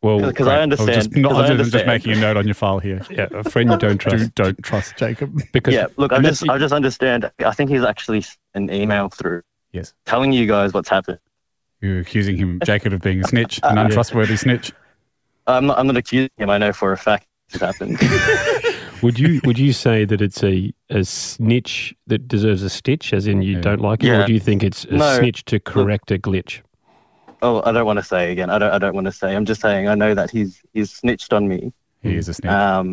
Speaker 2: Well,
Speaker 11: because I understand.
Speaker 2: Just, not,
Speaker 11: 'cause I
Speaker 2: other than just
Speaker 11: understand.
Speaker 2: making a note on your file here. Yeah, a friend you don't trust. don't trust Jacob. Because
Speaker 11: yeah, look, I
Speaker 2: unless
Speaker 11: just, I just understand. I think he's actually sent an email through.
Speaker 2: Yes.
Speaker 11: Telling you guys what's happened.
Speaker 2: You're accusing him, Jacob, of being a snitch,
Speaker 11: Uh,
Speaker 2: an untrustworthy snitch.
Speaker 11: I'm not, I'm not accusing him. I know for a fact it's happened.
Speaker 1: Would you would you say that it's a, a snitch that deserves a stitch, as in you don't like it,
Speaker 11: Yeah.
Speaker 1: or do you think it's a
Speaker 11: No.
Speaker 1: snitch to correct a glitch?
Speaker 11: oh, I don't want to say again. I don't. I don't want to say. I'm just saying. I know that he's he's snitched on me.
Speaker 2: He is a snitch.
Speaker 11: Um,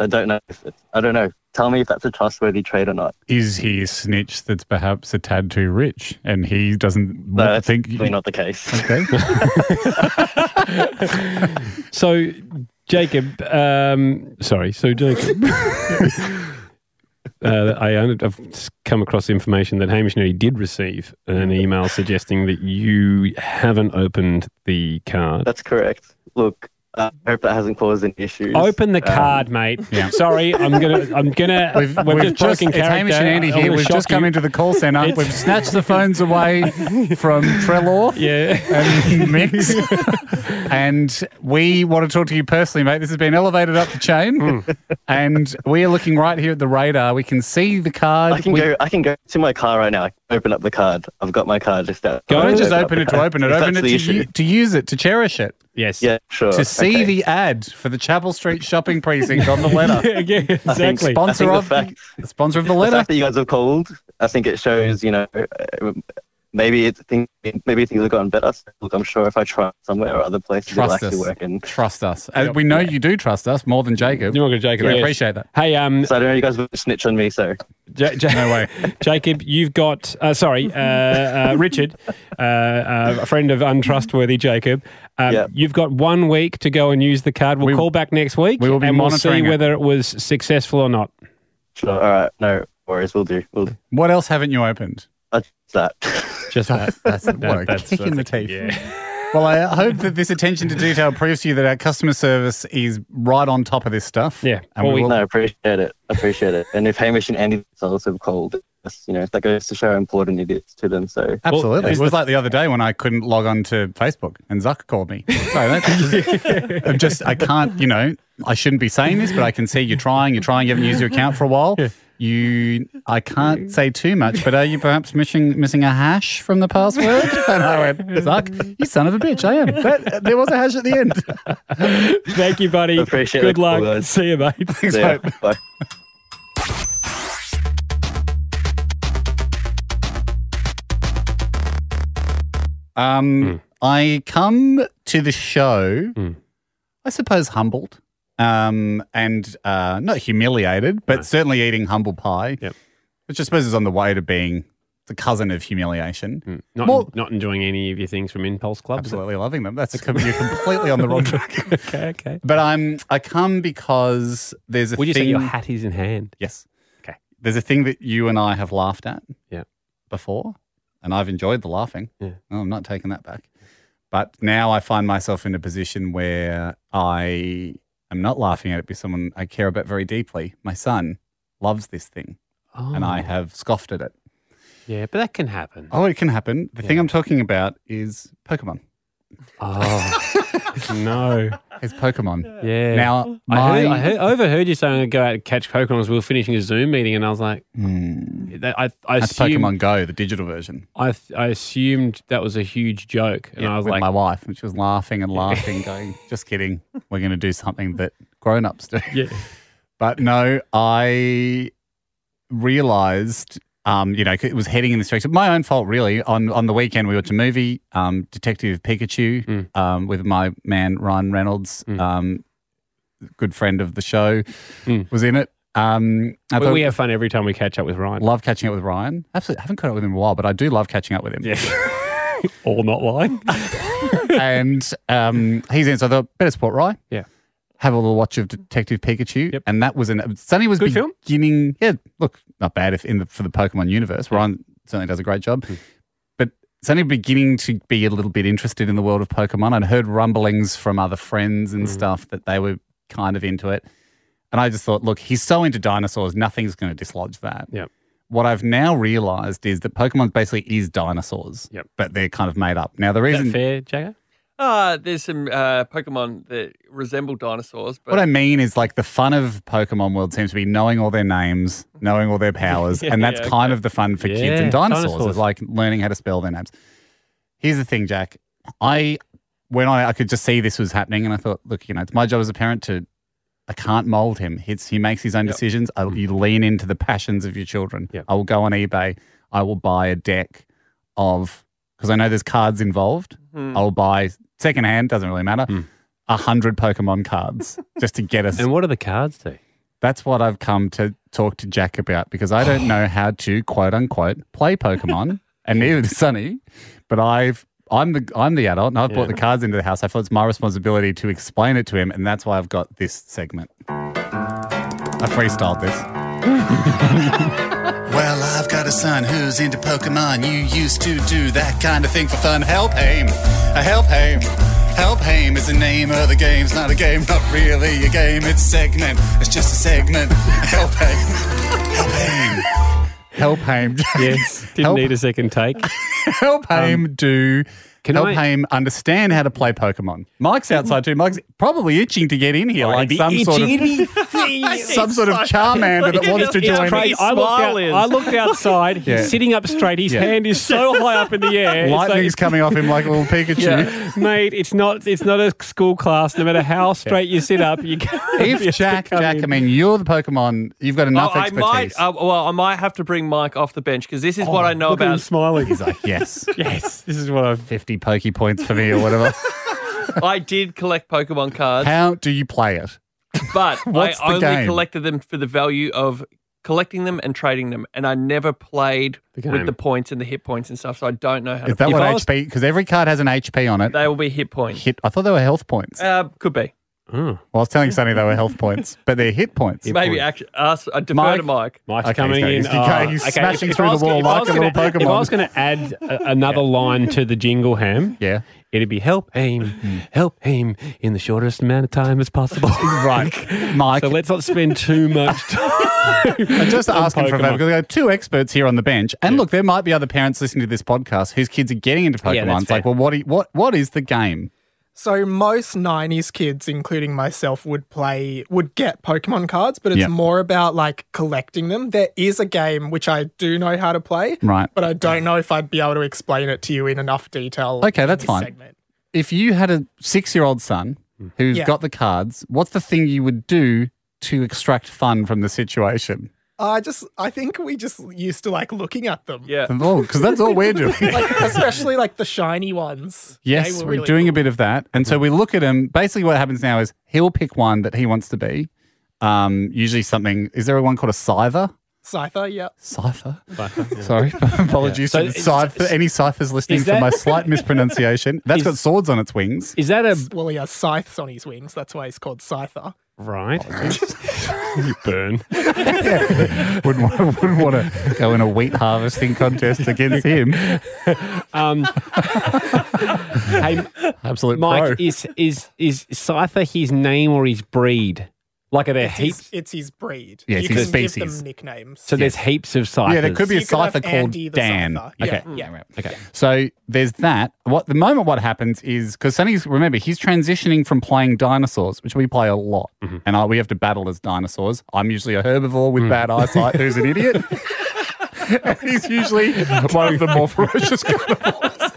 Speaker 11: I don't know. If it's, I don't know. Tell me if that's a trustworthy trade or not.
Speaker 2: Is he a snitch that's perhaps a tad too rich, and he doesn't
Speaker 11: No, that's
Speaker 2: think?
Speaker 11: definitely not the case.
Speaker 2: Okay.
Speaker 1: So, Jacob, um, sorry. So, Jacob, uh, I, have come across information that Hamish Nerdy did receive an email suggesting that you haven't opened the card.
Speaker 11: That's correct. Look, I hope that hasn't caused any issues.
Speaker 1: Open the
Speaker 11: Um,
Speaker 1: card, mate. Sorry, I'm gonna. I'm gonna.
Speaker 2: We've,
Speaker 1: we're
Speaker 2: we've
Speaker 1: just broken
Speaker 2: it's
Speaker 1: character.
Speaker 2: Hamish and Andy
Speaker 1: I'm
Speaker 2: here.
Speaker 1: gonna
Speaker 2: We've
Speaker 1: shock
Speaker 2: just come
Speaker 1: you.
Speaker 2: into the call center.
Speaker 1: It's-
Speaker 2: We've snatched the phones away from Trelaw
Speaker 1: yeah.
Speaker 2: and Mix. and we want to talk to you personally, mate. This has been elevated up the chain.
Speaker 11: Hmm.
Speaker 2: And we are looking right here at the radar. We can see the card.
Speaker 11: I can
Speaker 2: We-
Speaker 11: go. I can go to my car right now. I can open up the card. I've got my card. Just out.
Speaker 2: Go
Speaker 11: I'll
Speaker 2: and just
Speaker 11: up
Speaker 2: open
Speaker 11: the
Speaker 2: it to
Speaker 11: card.
Speaker 2: open it.
Speaker 11: If
Speaker 2: Open
Speaker 11: that's
Speaker 2: it
Speaker 11: the
Speaker 2: to,
Speaker 11: issue.
Speaker 2: u- to use it, to cherish it.
Speaker 1: Yes.
Speaker 11: Yeah. Sure.
Speaker 2: To see
Speaker 11: Okay.
Speaker 2: the ad for the Chapel Street Shopping Precinct on the letter.
Speaker 1: yeah, yeah,
Speaker 11: I think-
Speaker 2: exactly.
Speaker 11: I
Speaker 2: Sponsor
Speaker 11: think the
Speaker 2: of
Speaker 11: fact-
Speaker 2: sponsor of the
Speaker 11: The
Speaker 2: letter.
Speaker 11: fact that you guys have called, I think it shows. You know, uh, maybe it's thing, maybe things have gotten better. So, look, I'm sure if I try somewhere or other places, it'll
Speaker 2: Trust
Speaker 11: actually
Speaker 2: us.
Speaker 11: work. And
Speaker 2: Trust us. Uh, We know you do trust us more than Jacob. You're
Speaker 1: not going to Jacob.
Speaker 2: We
Speaker 1: yes.
Speaker 2: appreciate that.
Speaker 1: Hey, um,
Speaker 11: so I don't know. You guys will snitch on me, so
Speaker 1: Ja- Ja-
Speaker 2: no way,
Speaker 1: Jacob. You've got uh, sorry, uh, uh, Richard, uh, uh, a friend of untrustworthy Jacob. Um, You've got one week to go and use the card. We'll call back next week.
Speaker 2: we will be
Speaker 1: and we'll see
Speaker 2: monitoring it.
Speaker 1: whether it was successful or not.
Speaker 11: sure. All right. No worries. We'll do. We'll do
Speaker 2: What else haven't you opened?
Speaker 11: that.
Speaker 1: Just
Speaker 2: that. That's
Speaker 1: That-
Speaker 2: what a
Speaker 1: that's-
Speaker 2: kick in the
Speaker 1: that's-
Speaker 2: teeth. Well, I hope that this attention to detail proves to you that our customer service is right on top of this stuff. Yeah. And we will,
Speaker 11: no, I appreciate it. I appreciate it. And if Hamish and Andy themselves have called, that's- you know, that goes to show how important it is to them. So
Speaker 2: Absolutely. it was like the other day when I couldn't log on to Facebook and Zuck called me. So that's- I'm just, I can't, you know, I shouldn't be saying this, but I can see you're trying, you're trying, you haven't used your account for a while. You, I can't say too much, but are you perhaps missing missing a hash from the password? And I went, Zuck, you son of a bitch, I am. That, there was a hash at the end.
Speaker 1: Thank you, buddy.
Speaker 11: Appreciate
Speaker 1: Good
Speaker 11: the call,
Speaker 1: luck.
Speaker 11: guys.
Speaker 1: See you, mate.
Speaker 2: Thanks,
Speaker 11: Yeah.
Speaker 2: mate.
Speaker 11: Bye.
Speaker 2: Um, I come to the show, I suppose, humbled um, and uh, not humiliated, but certainly eating humble pie, which I suppose is on the way to being the cousin of humiliation.
Speaker 1: Not,
Speaker 2: More-
Speaker 1: not enjoying any of your things from Impulse Club.
Speaker 2: Absolutely loving them. That's com- you're completely on the wrong track.
Speaker 1: okay, okay.
Speaker 2: But I'm I come because there's a
Speaker 1: Would you
Speaker 2: thing.
Speaker 1: say your hat is in hand?
Speaker 2: Yes.
Speaker 1: Okay.
Speaker 2: There's a thing that you and I have laughed at.
Speaker 1: Yeah.
Speaker 2: Before, and I've enjoyed the laughing.
Speaker 1: Yeah.
Speaker 2: No, I'm not taking that back. But now I find myself in a position where I am not laughing at it because someone I care about very deeply. My son loves this thing, and I
Speaker 1: Oh.
Speaker 2: have scoffed at it.
Speaker 1: Yeah, but that can happen.
Speaker 2: Oh, it can happen. The thing I'm talking about is Pokemon.
Speaker 1: Oh no,
Speaker 2: it's Pokemon.
Speaker 1: Yeah.
Speaker 2: Now,
Speaker 1: I, heard,
Speaker 2: my-
Speaker 1: I heard, I overheard you saying I'd go out and catch Pokemon as we were finishing a Zoom meeting, and I was like, that, I, I
Speaker 2: Hmm. That's
Speaker 1: assumed,
Speaker 2: Pokemon Go, the digital version.
Speaker 1: I, th- I assumed that was a huge joke, and
Speaker 2: Yeah,
Speaker 1: I was
Speaker 2: with
Speaker 1: like,
Speaker 2: my wife, and she was laughing and laughing, going, "Just kidding. We're going to do something that grown-ups do."
Speaker 1: Yeah.
Speaker 2: But no, I realized um, you know, it was heading in this direction. My own fault, really. On on the weekend, we watched a movie, um, Detective Pikachu,
Speaker 1: Hmm.
Speaker 2: um, with my man Ryan Reynolds, um, good friend of the show, was in it. Um, I
Speaker 1: Well,
Speaker 2: thought-
Speaker 1: Hmm. we have fun every time we catch up with Ryan.
Speaker 2: Love catching up with Ryan. Absolutely, I haven't caught up with him in a while, but I do love catching up with him.
Speaker 1: Yeah. All not lying.
Speaker 2: and um, he's in, so I thought better support Ryan.
Speaker 1: Yeah.
Speaker 2: Have a little watch of Detective Pikachu, and that was an Sunny was
Speaker 1: Good film?
Speaker 2: beginning. Yeah, look, not bad if in the for the Pokemon universe. Ryan certainly does a great job,
Speaker 1: Hmm.
Speaker 2: but Sunny beginning to be a little bit interested in the world of Pokemon. I'd heard rumblings from other friends
Speaker 1: Hmm.
Speaker 2: and stuff that they were kind of into it, and I just thought, look, he's so into dinosaurs, nothing's going to dislodge that.
Speaker 1: Yep.
Speaker 2: What I've now realized is that Pokemon basically is dinosaurs,
Speaker 1: Yep.
Speaker 2: but they're kind of made up. Now the reason
Speaker 1: Is that fair, Jagger?
Speaker 3: Uh, there's some uh, Pokemon that resemble dinosaurs, but
Speaker 2: What I mean is, like, the fun of Pokemon World seems to be knowing all their names, knowing all their powers,
Speaker 3: Yeah,
Speaker 2: and that's
Speaker 3: yeah,
Speaker 2: kind of the fun for kids
Speaker 1: Yeah,
Speaker 2: and dinosaurs,
Speaker 1: dinosaurs.
Speaker 2: is like learning how to spell their names. Here's the thing, Jack. I when I I could just see this was happening, and I thought, look, you know, it's my job as a parent to. I can't mold him. It's, he makes his own decisions. I, you lean into the passions of your children. I will go on eBay. I will buy a deck of because I know there's cards involved.
Speaker 3: Mm.
Speaker 1: Hmm.
Speaker 2: I'll buy secondhand. Doesn't really matter. A hundred Pokemon cards just to get us.
Speaker 1: And what do the cards do?
Speaker 2: That's what I've come to talk to Jack about because I don't know how to quote unquote play Pokemon, and neither does Sunny. But I've I'm the I'm the adult, and I've brought the cards into the house. I feel it's my responsibility to explain it to him, and that's why I've got this segment. I freestyled this.
Speaker 9: Well, I've got a son who's into Pokemon. You used to do that kind of thing for fun. Help him. Uh, Help him. Help him is the name of the game. It's not a game, not really a game. It's a segment. It's just a segment. Help him. Help him.
Speaker 2: Help him.
Speaker 1: Yes. Didn't
Speaker 2: Help.
Speaker 1: need a second take.
Speaker 2: Help
Speaker 9: Um,
Speaker 2: him do.
Speaker 1: Can
Speaker 2: help
Speaker 1: I-
Speaker 2: him understand how to play Pokemon. Mike's outside too. Mike's probably itching to get in here, like some sort of some sort of Charmander that wants to
Speaker 1: It's
Speaker 2: join.
Speaker 1: crazy. I looked, out- I looked outside. He's
Speaker 2: Yeah.
Speaker 1: sitting up straight. His
Speaker 2: Yeah.
Speaker 1: hand is so high up in the air. It's like-
Speaker 2: Lightning's coming off him like a little Pikachu.
Speaker 1: Yeah. Mate, it's not it's not a school class. No matter how straight you sit up, you can't. you
Speaker 2: If
Speaker 1: have to
Speaker 2: Jack,
Speaker 1: come
Speaker 2: Jack,
Speaker 1: in.
Speaker 2: I mean, you're the Pokemon. You've got enough
Speaker 3: Oh, I
Speaker 2: expertise. Oh,
Speaker 3: might. Uh, well, I might have to bring Mike off the bench because this is what I know
Speaker 1: look at him
Speaker 3: about.
Speaker 1: smiling. He's
Speaker 2: like, yes,
Speaker 1: yes. This is what I've
Speaker 2: fifty Poke points for me or whatever.
Speaker 3: I did collect Pokemon cards,
Speaker 2: how do you play it?
Speaker 3: but I
Speaker 2: What's the
Speaker 3: only
Speaker 2: game?
Speaker 3: collected them for the value of collecting them and trading them, and I never played
Speaker 2: game.
Speaker 3: with the points and the hit points and stuff. So I don't know how.
Speaker 2: Is
Speaker 3: to
Speaker 2: that
Speaker 3: play.
Speaker 2: what
Speaker 3: If I was-
Speaker 2: HP? Because every card has an HP on it.
Speaker 3: They will be hit points.
Speaker 2: Hit. I thought they were health points.
Speaker 3: Uh, could be.
Speaker 2: Well, I was telling Sonny they were health points, but they're hit points.
Speaker 3: Maybe actually, ask, I defer to Mike.
Speaker 1: Mike's
Speaker 2: Okay,
Speaker 1: coming
Speaker 2: so
Speaker 1: in. Oh,
Speaker 2: he's- okay, he's smashing through the wall like a
Speaker 1: Pokemon.
Speaker 2: little
Speaker 1: If I
Speaker 2: Pokemon.
Speaker 1: was going to add a, another line to the jingle ham,
Speaker 2: yeah, Mm.
Speaker 1: it'd be help aim, help aim in the shortest amount of time as possible.
Speaker 2: right, Mike.
Speaker 1: So let's not spend too much time.
Speaker 2: I'm just
Speaker 1: on
Speaker 2: asking for a favor
Speaker 1: Pokemon.
Speaker 2: because there are two experts here on the bench, and look, there might be other parents listening to this podcast whose kids are getting into Pokemon.
Speaker 15: Yeah, that's
Speaker 2: it's like,
Speaker 15: fair.
Speaker 2: well, what, do you- what, what is the game?
Speaker 15: So most 90s kids including myself would play would get Pokemon cards, but it's
Speaker 2: Yeah.
Speaker 15: more about like collecting them. There is a game which I do know how to play,
Speaker 2: Right.
Speaker 15: but I don't know if I'd be able to explain it to you in enough detail.
Speaker 2: Okay,
Speaker 15: in
Speaker 2: that's
Speaker 15: this
Speaker 2: fine.
Speaker 15: segment.
Speaker 2: If you had a six-year-old son who's
Speaker 15: Yeah.
Speaker 2: got the cards, what's the thing you would do to extract fun from the situation?
Speaker 15: I just I think we just used to like looking at them.
Speaker 3: Yeah.
Speaker 2: Because Oh, that's all we're doing.
Speaker 15: like especially like the shiny ones. They
Speaker 2: Yes,
Speaker 15: were
Speaker 2: we're
Speaker 15: really
Speaker 2: doing a bit of that. And so we look at him. Basically, what happens now is he'll pick one that he wants to be. Um, usually something. Is there a one called a Scyther?
Speaker 15: Scyther, yeah.
Speaker 2: Scyther? Sorry, apologies
Speaker 1: Yeah.
Speaker 2: to the
Speaker 1: So
Speaker 2: scythe- for any Scythers listening
Speaker 1: is
Speaker 2: for my
Speaker 1: that-
Speaker 2: slight mispronunciation. That's got swords on its wings.
Speaker 1: Is that a
Speaker 15: Well, he has scythes on his wings. That's why he's called Scyther.
Speaker 1: right?
Speaker 2: Oh,
Speaker 1: you burn.
Speaker 2: wouldn't, wa- wouldn't want to go in a wheat harvesting contest against him.
Speaker 1: Um, hey,
Speaker 2: Absolute
Speaker 1: Mike,
Speaker 2: pro.
Speaker 1: is is is Scyther his name or his breed? Like are there
Speaker 15: It's
Speaker 1: heaps?
Speaker 15: his, it's his breed.
Speaker 1: Yeah,
Speaker 15: you
Speaker 1: it's
Speaker 15: can
Speaker 1: his
Speaker 15: give
Speaker 1: species.
Speaker 15: them nicknames.
Speaker 1: So there's heaps of Scythers.
Speaker 2: Yeah, there could be a
Speaker 15: You could have
Speaker 2: Scyther called
Speaker 15: Andy the
Speaker 2: Dan.
Speaker 15: Scyther. Yeah,
Speaker 2: Okay.
Speaker 15: yeah.
Speaker 1: Okay.
Speaker 2: So there's that. What the moment what happens is because Sonny's remember he's transitioning from playing dinosaurs, which we play a lot,
Speaker 15: Mm-hmm.
Speaker 2: and I, we have to battle as dinosaurs. I'm usually a herbivore
Speaker 15: Mm.
Speaker 2: with bad eyesight who's an idiot. and he's usually one of the more ferocious carnivores.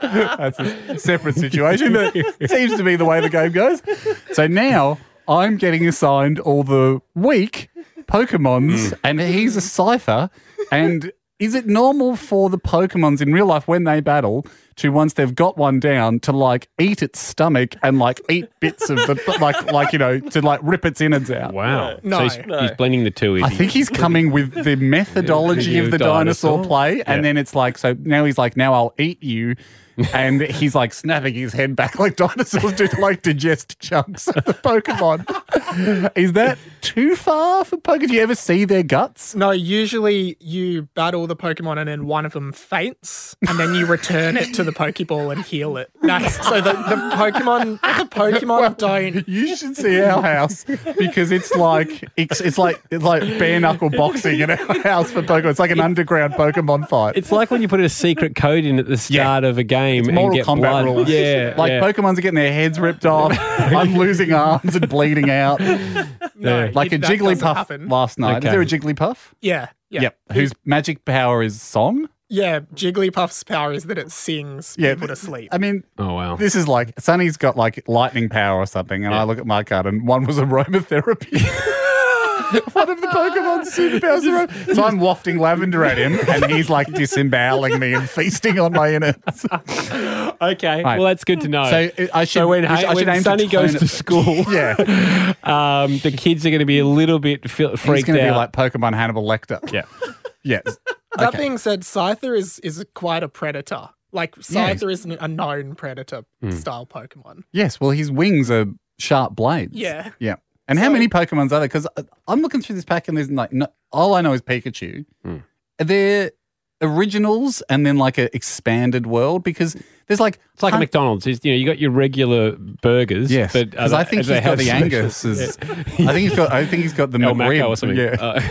Speaker 2: That's a separate situation, but it seems to be the way the game goes. So now I'm getting assigned all the weak Pokemons, and he's a cipher. and is it normal for the Pokemons in real life when they battle to once they've got one down to like eat its stomach and like eat bits of the like like you know to like rip its innards out?
Speaker 1: Wow.
Speaker 15: No.
Speaker 1: So he's, he's blending the two. is
Speaker 2: I
Speaker 1: he?
Speaker 2: think he's coming with the methodology
Speaker 1: Yeah,
Speaker 2: of the
Speaker 1: dinosaur.
Speaker 2: dinosaur, play,
Speaker 1: Yeah.
Speaker 2: and then it's like, so now he's like, now I'll eat you, and he's like snapping his head back like dinosaurs do, to, like digest chunks of the Pokemon. Is that too far for Pokemon? Do you ever see their guts?
Speaker 15: No, usually you battle the Pokemon and then one of them faints, and then you return it to the Pokeball and heal it. That's so the, the Pokemon the Pokemon don't.
Speaker 2: You should See our house because it's like it's, it's like it's like bare knuckle boxing in our house for Pokemon. It's like an underground Pokemon fight.
Speaker 1: It's like when you put a secret code in at the start of a game
Speaker 2: It's
Speaker 1: and
Speaker 2: Mortal
Speaker 1: get
Speaker 2: Kombat
Speaker 1: blood.
Speaker 2: rules.
Speaker 1: Yeah,
Speaker 2: like
Speaker 1: yeah.
Speaker 2: Pokemon's are getting their heads ripped off. I'm losing arms and bleeding out.
Speaker 1: No,
Speaker 2: like a
Speaker 15: it- that doesn't
Speaker 2: Jigglypuff
Speaker 15: happen.
Speaker 2: last night.
Speaker 1: Okay.
Speaker 2: Is there a Jigglypuff?
Speaker 15: Yeah, yeah.
Speaker 2: Yep. Whose magic power is song?
Speaker 15: Yeah, Jigglypuff's power is that it sings
Speaker 2: Yeah,
Speaker 15: people to sleep.
Speaker 2: I mean,
Speaker 1: Oh wow.
Speaker 2: this is like Sunny's got like lightning power or something, and I look at my card, and one was aromatherapy. One of the Pokemon superpowers. are arom- so I'm wafting lavender at him, and he's like disemboweling me and feasting on my innards.
Speaker 1: Okay,
Speaker 2: Right.
Speaker 1: well that's good to know.
Speaker 2: So uh, I should.
Speaker 1: So when,
Speaker 2: I should- I
Speaker 1: when
Speaker 2: should aim to
Speaker 1: Sonny goes
Speaker 2: tone it-
Speaker 1: to school,
Speaker 2: yeah,
Speaker 1: um, the kids are going to be a little bit fe-
Speaker 2: he's
Speaker 1: freaked
Speaker 2: going to be
Speaker 1: out.
Speaker 2: like Pokemon Hannibal Lecter.
Speaker 1: yeah,
Speaker 2: Yes.
Speaker 15: That
Speaker 2: Okay.
Speaker 15: being said, Scyther is is quite a predator. Like
Speaker 2: Yeah, he's-
Speaker 15: Scyther isn't a known predator style Pokemon.
Speaker 2: Yes. Well, his wings are sharp blades.
Speaker 15: Yeah.
Speaker 2: Yeah. And how many Pokemon's are there? Because I'm looking through this pack and there's like, no, all I know is Pikachu. Are there originals and then like an expanded world? Because there's like,
Speaker 1: it's like a McDonald's. It's, you know, you got your regular burgers.
Speaker 2: Yes,
Speaker 1: but
Speaker 2: because I think
Speaker 1: they
Speaker 2: he's
Speaker 1: have
Speaker 2: got the
Speaker 1: special-
Speaker 2: Angus. Is,
Speaker 1: Yeah.
Speaker 2: I think he's got. I think he's got the
Speaker 1: El Maco
Speaker 2: McRib.
Speaker 1: or something.
Speaker 2: Yeah.
Speaker 1: Uh,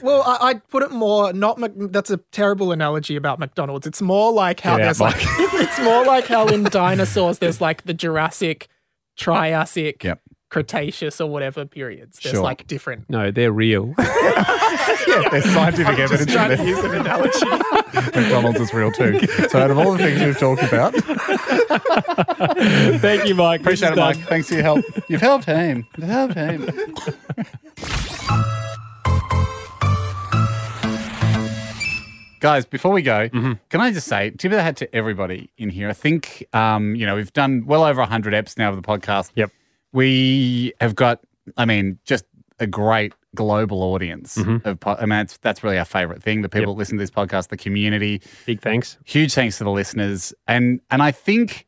Speaker 15: Well, I, I'd put it more not. Mc, that's a terrible analogy about McDonald's. It's more like how
Speaker 1: Get out,
Speaker 15: there's like it's more like how in dinosaurs there's like the Jurassic, Triassic,
Speaker 2: Yep.
Speaker 15: Cretaceous or whatever periods. There's
Speaker 1: Sure.
Speaker 15: like different.
Speaker 1: no, they're real.
Speaker 2: yeah, there's scientific
Speaker 15: I'm
Speaker 2: evidence.
Speaker 15: just trying to
Speaker 2: in
Speaker 15: use an analogy.
Speaker 2: there. McDonald's is real too. So out of all the things we've talked about,
Speaker 1: Thank you, Mike. This
Speaker 2: appreciate
Speaker 1: is
Speaker 2: it, Mike.
Speaker 1: done.
Speaker 2: Thanks for your help. You've helped him. You've helped him. Guys, before we go, can I just say, tip of the hat to everybody in here. I think, um, you know, we've done well over 100 eps now of the podcast. Yep. We have got, I mean, just a great global audience. Of po- I mean, that's, that's really our favorite thing the people that listen to this podcast, the community.
Speaker 1: Big thanks.
Speaker 2: Huge thanks to the listeners. And, and I think.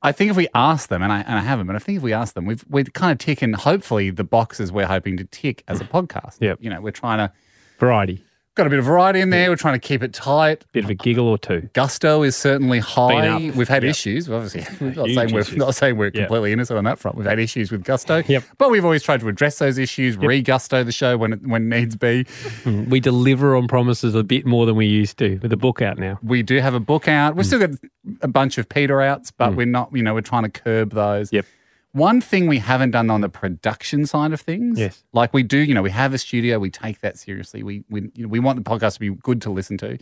Speaker 2: I think if we ask them, and I, and I haven't, but I think if we ask them, we've we're kind of ticking, hopefully, the boxes we're hoping to tick as a podcast.
Speaker 1: Yep.
Speaker 2: You know, we're trying to
Speaker 1: Variety.
Speaker 2: Got a bit of variety in there. We're trying to keep it tight.
Speaker 1: Bit of a giggle or two.
Speaker 2: Gusto is certainly high.
Speaker 1: up.
Speaker 2: We've had
Speaker 1: Yep.
Speaker 2: issues. We're Obviously, I'm not
Speaker 1: Huge
Speaker 2: saying we're
Speaker 1: issues.
Speaker 2: not saying we're
Speaker 1: Yep.
Speaker 2: completely innocent on that front. We've had issues with Gusto. Yep. But we've always tried to address those issues, re-gusto the show when it, when needs be.
Speaker 1: Mm, We deliver on promises a bit more than we used to with the book out now.
Speaker 2: We do have a book out.
Speaker 1: Mm.
Speaker 2: We've still got a bunch of Peter outs, but we're not, you know, we're trying to curb those.
Speaker 1: Yep.
Speaker 2: One thing we haven't done on the production side of things,
Speaker 1: Yes.
Speaker 2: like we do, you know, we have a studio, we take that seriously. We we you know, we want the podcast to be good to listen to.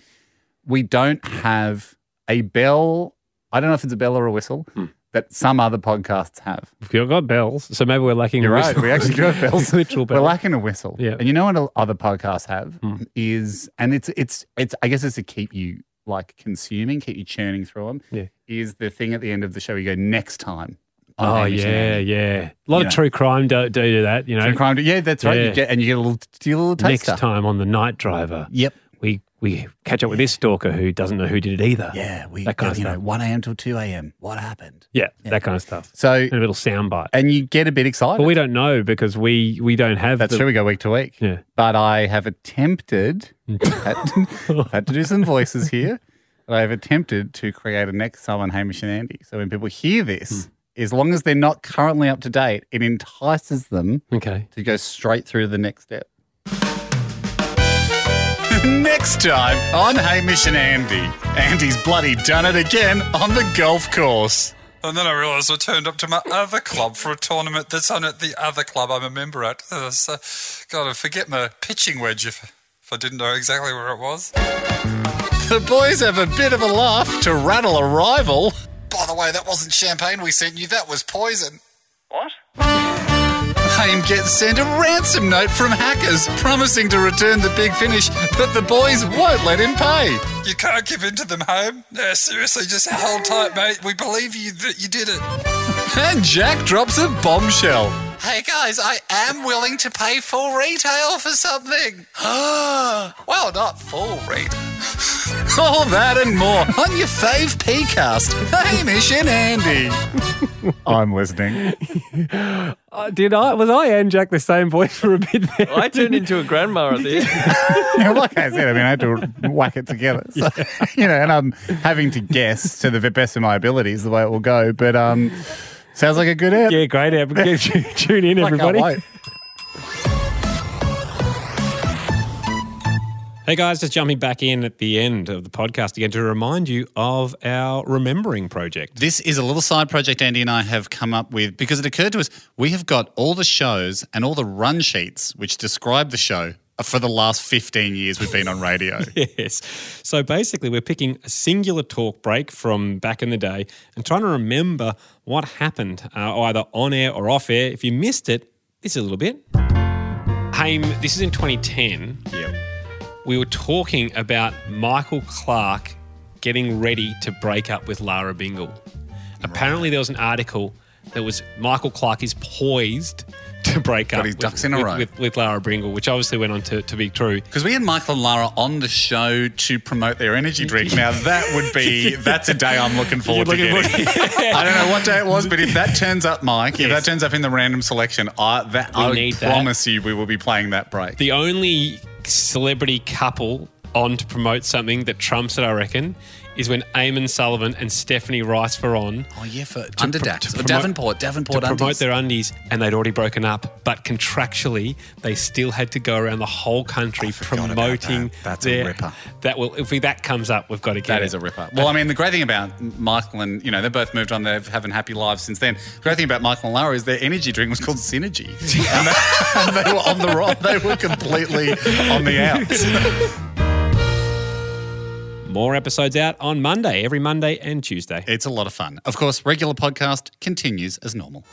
Speaker 2: We don't have a bell. I don't know if it's a bell or a whistle
Speaker 1: Hmm.
Speaker 2: that some other podcasts have.
Speaker 1: We've got bells, so maybe we're lacking
Speaker 2: You're
Speaker 1: a
Speaker 2: right.
Speaker 1: whistle.
Speaker 2: We actually do have bells.
Speaker 1: Literal
Speaker 2: We're
Speaker 1: bells.
Speaker 2: lacking a whistle.
Speaker 1: Yeah. Hmm.
Speaker 2: And you know what other podcasts have is, and it's it's it's I guess it's to keep you like consuming, keep you churning through them.
Speaker 1: Yeah.
Speaker 2: Is the thing at the end of the show you go next time. on
Speaker 1: Oh,
Speaker 2: Hamish
Speaker 1: yeah,
Speaker 2: and Andy."
Speaker 1: yeah. A lot
Speaker 2: You
Speaker 1: of
Speaker 2: know.
Speaker 1: true crime do, do do that, you know.
Speaker 2: True crime. Yeah, that's right.
Speaker 1: Yeah.
Speaker 2: You get and you get a little, you get a little
Speaker 1: Next
Speaker 2: taster.
Speaker 1: time on the night driver,
Speaker 2: Yep.
Speaker 1: we we catch up with this stalker who doesn't know who did it either.
Speaker 2: Yeah, we
Speaker 1: That kind of
Speaker 2: you know
Speaker 1: stuff.
Speaker 2: one a.m. till two a.m. What happened?
Speaker 1: Yeah, that kind of stuff.
Speaker 2: So
Speaker 1: And a little soundbite.
Speaker 2: and you get a bit excited.
Speaker 1: But we don't know because we we don't have.
Speaker 2: That's
Speaker 1: the,
Speaker 2: true. We go week to week.
Speaker 1: Yeah.
Speaker 2: But I have attempted, had, had to do some voices here, but I have attempted to create a next time on Hamish and Andy. So when people hear this,
Speaker 1: Hmm.
Speaker 2: as long as they're not currently up to date, it entices them
Speaker 1: Okay.
Speaker 2: to go straight through to the next step. next time on Hamish and Andy, Andy's bloody done it again on the golf course.
Speaker 16: And then I realised I turned up to my other club for a tournament that's on at the other club I'm a member at. Uh, so, God, I forget my pitching wedge if, if I didn't know exactly where it was.
Speaker 2: The boys have a bit of a laugh to rattle a rival. By the way, that wasn't champagne we sent you, that was poison.
Speaker 16: What?
Speaker 2: Haim gets sent a ransom note from hackers promising to return the big finish, but the boys won't let him pay.
Speaker 17: You can't give in to them, home. No, seriously, just hold tight, mate. We believe you that you did it.
Speaker 2: And Jack drops a bombshell.
Speaker 18: Hey guys, I am willing to pay full retail for something. well, not full retail.
Speaker 2: All that and more on your fave PCast, Hamish and Andy.
Speaker 19: I'm listening.
Speaker 1: Uh, did I? Was I and Jack the same voice for a bit there?
Speaker 3: I turned into a grandma at the end.
Speaker 19: Yeah, like I said, I mean, I had to whack it together. So, you know, and I'm having to guess to the best of my abilities the way it will go. But um, sounds like a good app.
Speaker 1: Yeah, great app. Tune in, everybody. Hey guys, just jumping back in at the end of the podcast again to remind you of our remembering project.
Speaker 2: This is a little side project Andy and I have come up with because it occurred to us we have got all the shows and all the run sheets which describe the show for the last 15 years we've been on radio.
Speaker 1: Yes. So basically, we're picking a singular talk break from back in the day and trying to remember what happened, uh, either on air or off air. If you missed it, this is a little bit. Haim, this is in 2010. Yep. We were talking about Michael Clark getting ready to break up with Lara Bingle. Apparently, there was an article that was Michael Clark is poised to break
Speaker 2: Got
Speaker 1: up
Speaker 2: his
Speaker 1: with-
Speaker 2: ducks in a
Speaker 1: with-
Speaker 2: row.
Speaker 1: with, with Lara Bingle, which obviously went on to, to be true.
Speaker 2: Because we had Michael and Lara on the show to promote their energy drink. Now that would be that's a day I'm looking forward
Speaker 1: You're
Speaker 2: to
Speaker 1: looking
Speaker 2: getting. I don't know what day it was, but if that turns up, Mike, if that turns up in the random selection, I that
Speaker 1: We
Speaker 2: I
Speaker 1: need that.
Speaker 2: promise you we will be playing that break.
Speaker 1: The only celebrity couple on to promote something that trumps it, I reckon, is when Eamon Sullivan and Stephanie Rice were on.
Speaker 2: Oh yeah, for
Speaker 1: to
Speaker 2: under
Speaker 1: pro-
Speaker 2: Dax,
Speaker 1: to
Speaker 2: or
Speaker 1: promote-
Speaker 2: Davenport,
Speaker 1: to
Speaker 2: Davenport
Speaker 1: promote
Speaker 2: undies.
Speaker 1: their undies, and they'd already broken up. But contractually, they still had to go around the whole country promoting.
Speaker 2: That's a
Speaker 1: their,
Speaker 2: ripper.
Speaker 1: That will, if that comes up, we've got to get.
Speaker 2: That
Speaker 1: it.
Speaker 2: is a ripper. Well, I mean, the great thing about Michael and you know they both moved on. They're having happy lives since then. The great thing about Michael and Lara is their energy drink was called Synergy, and, they, and they were on the wrong. They were completely on the outs.
Speaker 1: More episodes out on Monday, every Monday and Tuesday.
Speaker 2: It's a lot of fun. Of course, regular podcast continues as normal.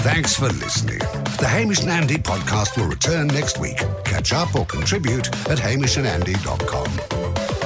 Speaker 7: Thanks for listening. The Hamish and Andy podcast will return next week. Catch up or contribute at hamishandandy.com.